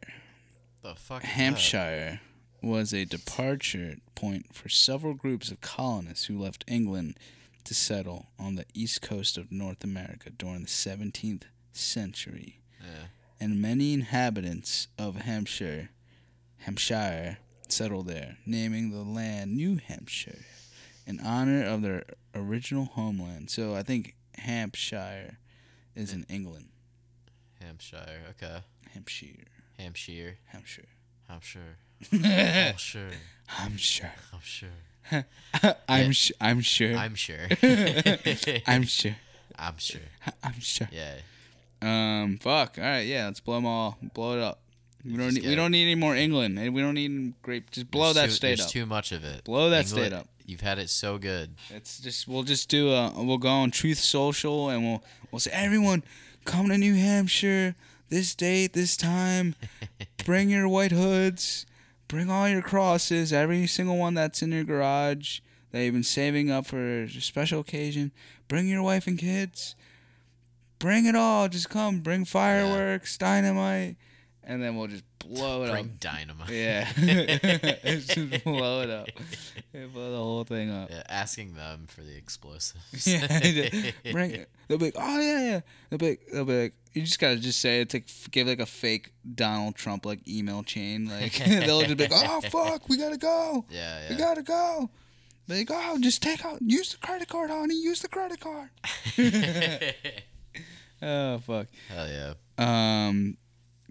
B: The fuck? is that?
A: Hampshire was a departure point for several groups of colonists who left England to settle on the east coast of North America during the 17th century
B: Yeah.
A: and many inhabitants of Hampshire, Hampshire settled there, naming the land New Hampshire in honor of their original homeland. So I think Hampshire is in England.
B: Hampshire. Okay.
A: Hampshire,
B: Hampshire.
A: Hampshire,
B: Hampshire. Hampshire.
A: I'm sure.
B: Hampshire.
A: <laughs> I'm sh- I'm sure. I'm,
B: I'm sure.
A: <laughs> sure.
B: <laughs> I'm sure.
A: I'm sure.
B: Yeah.
A: Um. Fuck. All right. Yeah. Let's blow them all. Blow it up. We don't
B: Just
A: need.
B: get-
A: We don't need any more England. and We don't need great. Just blow
B: There's
A: that
B: too,
A: state
B: there's
A: up.
B: too much of it.
A: Blow that
B: England-
A: state up.
B: You've had it so good.
A: It's just we'll just do a we'll go on Truth Social and we'll we'll say everyone come to New Hampshire this date this time. bring your white hoods, bring all your crosses, every single one that's in your garage that you've been saving up for a special occasion. Bring your wife and kids. Bring it all. Just come. Bring fireworks, dynamite, and then Oh, we'll just blow it up.
B: Bring
A: <laughs>
B: dynamite.
A: Yeah, just blow it up. Blow the whole thing up.
B: <laughs> Yeah, asking them for the
A: <laughs>
B: explosives.
A: Yeah,
B: <laughs>
A: bring it. They'll be like, oh yeah, yeah. They'll be like, they'll be like, you just gotta just say it to give like a fake Donald Trump like email chain. Like <laughs> they'll just be like, <laughs> oh fuck, we gotta go,
B: Yeah,
A: we
B: yeah.
A: gotta go. They go, oh, just take out, use the credit card, honey, use the credit card. <laughs> Oh fuck.
B: <laughs> Hell yeah.
A: Um,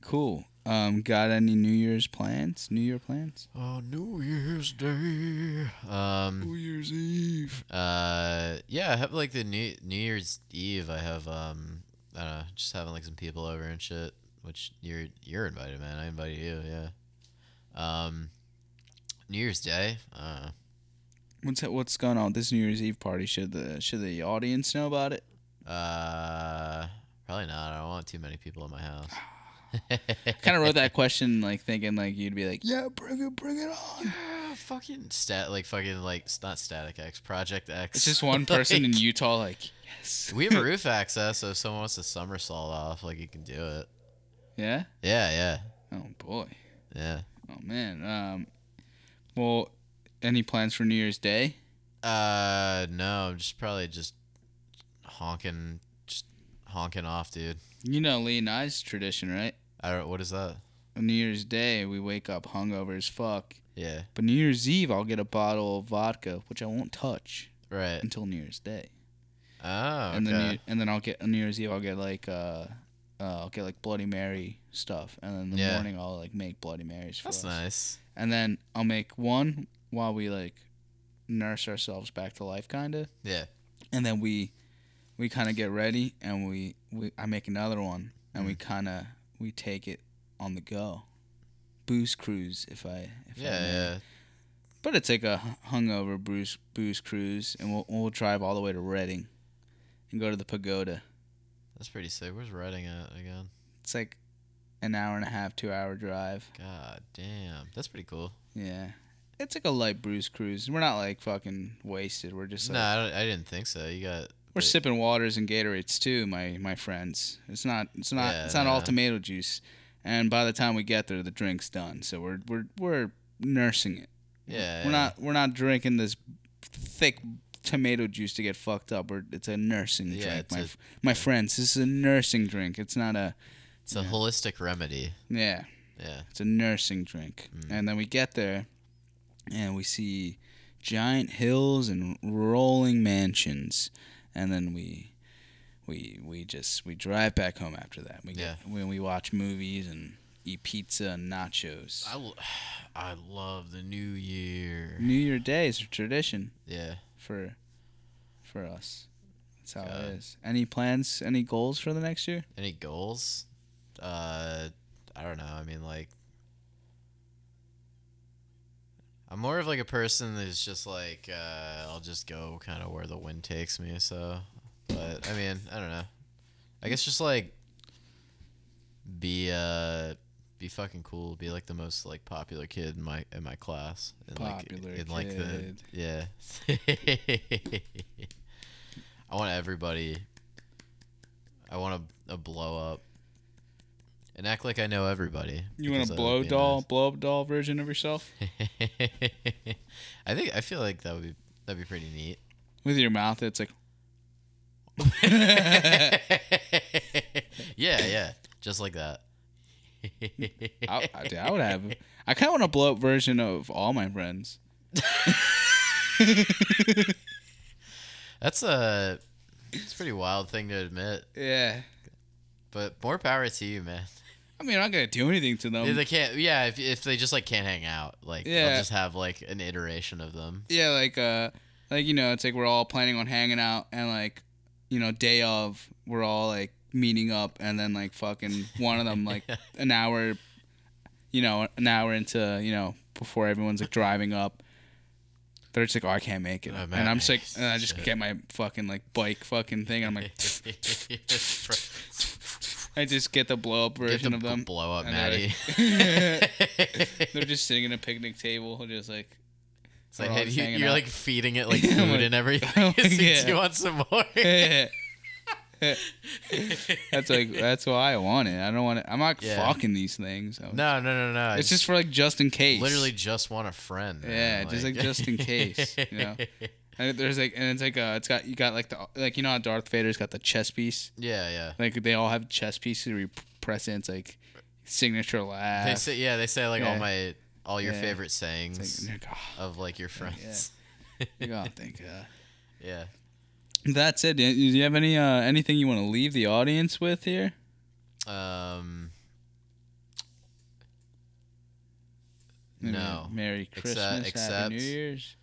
A: cool. Um, got any New Year's plans? New Year plans?
B: Oh, New Year's Day. Um.
A: Year's Eve.
B: Uh. Yeah. I have like the New New Year's Eve. I have um. I don't know. Just having like some people over and shit. Which you're you're invited, man. I invited you. Yeah. Um. New Year's Day. Uh.
A: What's that, what's going on with this New Year's Eve party? Should the should the audience know about it?
B: Uh. Probably not. I don't want too many people in my house.
A: <sighs> kind of wrote that question like thinking like you'd be like, yeah, bring it, bring it on.
B: Ah, fucking <laughs> stat like fucking like s- not static X, Project X.
A: It's just
B: <laughs>
A: one person in Utah like, yes,
B: we have
A: <laughs>
B: a roof access, so if someone wants to somersault off, like you can do it.
A: yeah.
B: Yeah, yeah,
A: Oh boy,
B: yeah.
A: oh man. Um, well, any plans for New Year's Day?
B: Uh, no, I'm just probably just honking, just honking off, dude.
A: You know, Lee and I's tradition, right?
B: I don't. What is that?
A: On New Year's Day, we wake up hungover as fuck.
B: Yeah,
A: But New Year's Eve, I'll get a bottle of vodka, which I won't touch
B: right.
A: until New Year's Day.
B: Oh,
A: And then,
B: okay.
A: New- and then I'll get on New Year's Eve, I'll get like, uh, uh, I'll get like Bloody Mary stuff, and then in the
B: Yeah.
A: morning I'll like make Bloody Marys. For us.
B: That's nice.
A: and then I'll make one while we like nurse ourselves back to life, kind of,
B: Yeah,
A: and then we we kind of get ready, and we, we I make another one, and we
B: Mm.
A: kind of we take it on the go, booze cruise, if I if I
B: yeah,
A: may.
B: yeah.
A: but it's like a hu- hungover booze booze cruise, and we'll we'll drive all the way to Reading, and go to the pagoda.
B: That's pretty sick. Where's Reading at again?
A: It's like an hour and a half, two hour drive.
B: God damn, that's pretty cool.
A: Yeah. It's like a light booze cruise. We're not like fucking wasted. We're just like
B: no, I, don't, I didn't think so. You got
A: We're
B: but-
A: sipping waters and Gatorades too, my my friends. It's not it's not
B: Yeah,
A: it's not all
B: no.
A: tomato juice. And by the time we get there, the drink's done. So we're we're we're nursing it.
B: Yeah,
A: We're
B: yeah.
A: not we're not drinking this thick tomato juice to get fucked up. We're, it's a nursing
B: Yeah,
A: drink,
B: it's
A: my
B: a-
A: f my friends. This is a nursing drink. It's not a
B: It's a holistic remedy.
A: yeah.
B: Yeah.
A: It's a nursing drink.
B: Mm.
A: And then we get there and we see giant hills and rolling mansions. And then we we we just we drive back home after that. We get when we watch movies and eat pizza and nachos.
B: I, l- <sighs> I love the new year.
A: New Year Day is a tradition
B: Yeah.
A: for for us. That's how
B: God.
A: it is. Any plans, any goals for the next year?
B: Any goals? Uh, I don't know. I mean, like, I'm more of like a person that's just like, uh, I'll just go kind of where the wind takes me. So, but I mean, I don't know. I guess just like be uh be fucking cool. Be like the most like popular kid in my in my class. And,
A: Popular
B: like, in, like the
A: kid.
B: <laughs> yeah. I want everybody. I want to a blow up. And act like I know everybody.
A: You want
B: because
A: a
B: that would
A: blow
B: be
A: doll,
B: nice.
A: blow up doll version of yourself
B: <laughs> I think I feel like that would be that'd be pretty
A: <laughs>
B: neat. <laughs>
A: with your mouth. It's like
B: yeah, yeah, just like that. <laughs>
A: I, I, dude, I would have. I kind of want a blow up version of all my friends.
B: That's a it's a pretty wild thing to admit,
A: Yeah.
B: but more power to you, man.
A: I mean, I'm not gonna do anything to them.
B: If they can't, yeah. If, if they just like can't hang out, like they'll
A: Um, Yeah.
B: just have like an iteration of them.
A: yeah, like uh, like you know, it's like we're all planning on hanging out, and like, you know, day of, we're all like meeting up, and then like fucking one of them
B: <laughs>
A: like an hour, you know, an hour into you know before everyone's like driving up. They're just like, oh, I can't make it,
B: Oh, man.
A: and I'm just like, and I just get my fucking like bike fucking thing, and I'm
B: <laughs>
A: like, <laughs> I just get the blow up
B: Get the
A: version of them. <laughs>
B: <laughs> blow up,
A: and they're
B: Maddie. <laughs>
A: They're just sitting at a picnic table, just like, <laughs>
B: It's like,
A: We're all
B: hey,
A: just
B: you,
A: hanging
B: you're
A: out.
B: like feeding it
A: <laughs>
B: like
A: Yeah,
B: food
A: like-
B: and everything.
A: <laughs>
B: <laughs>
A: I'm like,
B: It's like,
A: yeah.
B: Do you want some
A: <laughs>
B: more?
A: that's like that's why I want it. I don't want to. I'm not
B: Yeah.
A: fucking these things. I'm-
B: no, no, no, no. I
A: it's just for like just in case.
B: literally just want a friend. man,
A: Yeah, just, like, just in case,
B: <laughs>
A: you know? And there's like, and it's like, uh, it's got you got like the like you know how Darth Vader's got the chess piece.
B: Yeah, yeah.
A: Like they all have chess pieces where you press it. It's like signature laugh.
B: They say yeah, they say like all
A: Yeah.
B: my all your
A: Yeah.
B: favorite
A: It's <laughs>
B: sayings
A: like, oh,
B: of like
A: <laughs>
B: your friends.
A: God, thank God.
B: Yeah.
A: uh." That's it. Do you- do you have any uh, anything you want to leave the audience with here?
B: Um No.
A: Merry Christmas,
B: except-
A: Happy New Year's,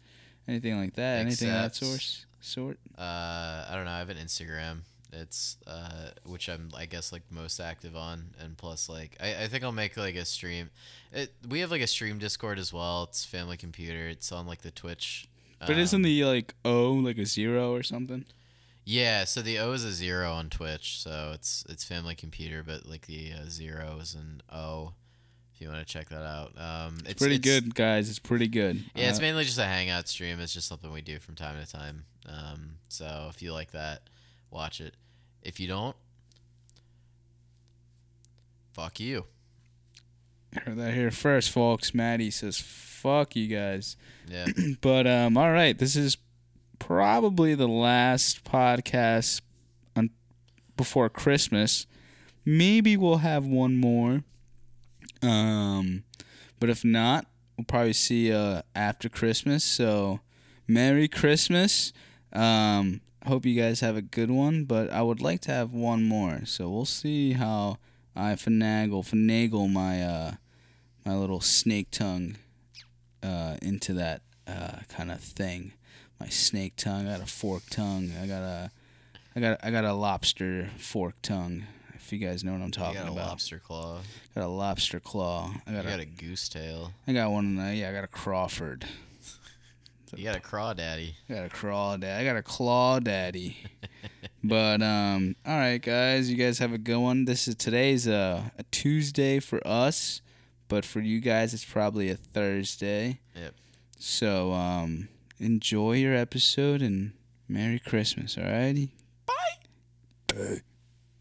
A: anything like that, anything of that
B: Except-
A: source sort.
B: Uh I don't know, I have an Instagram. It's uh which I'm I guess like most active on and plus like I, I think I'll make like a stream. It we have like a stream Discord as well. It's family computer. It's on like the Twitch. um,
A: But isn't the like O like a zero or something?
B: Yeah, so the O is a zero on Twitch, so it's it's family computer, but like the uh, zero is an O. If you want to check that out, um, it's
A: Pretty
B: it's-
A: good, guys. It's pretty good.
B: Yeah, it's
A: Uh,
B: mainly just a hangout stream. It's just something we do from time to time. Um, so if you like that, watch it. If you don't, fuck you.
A: heard that here first, folks. Maddie says, "Fuck you guys." <coughs>
B: Yeah,
A: But um, all right, this is probably the last podcast on before Christmas. Maybe we'll have one more. Um, but if not, we'll probably see uh after Christmas. So, Merry Christmas. Um, hope you guys have a good one. But I would like to have one more. So we'll see how I finagle finagle my uh my little snake tongue uh, into that uh, kind of thing. My snake tongue. I got a fork tongue. I got a, I got, I got a lobster fork tongue. If you guys know what I'm
B: you
A: talking
B: got a
A: about,
B: lobster claw.
A: got a lobster claw. I
B: You
A: got,
B: got
A: a,
B: a goose tail.
A: I got one. Uh, yeah, I got a Crawford.
B: You got a crawdaddy.
A: I got a crawl daddy. I got a claw
B: <laughs>
A: daddy. but um, all right, guys. You guys have a good one. This is today's uh, a Tuesday for us, but for you guys, it's probably a Thursday.
B: Yep.
A: So um, enjoy your episode and Merry Christmas. All righty. Bye.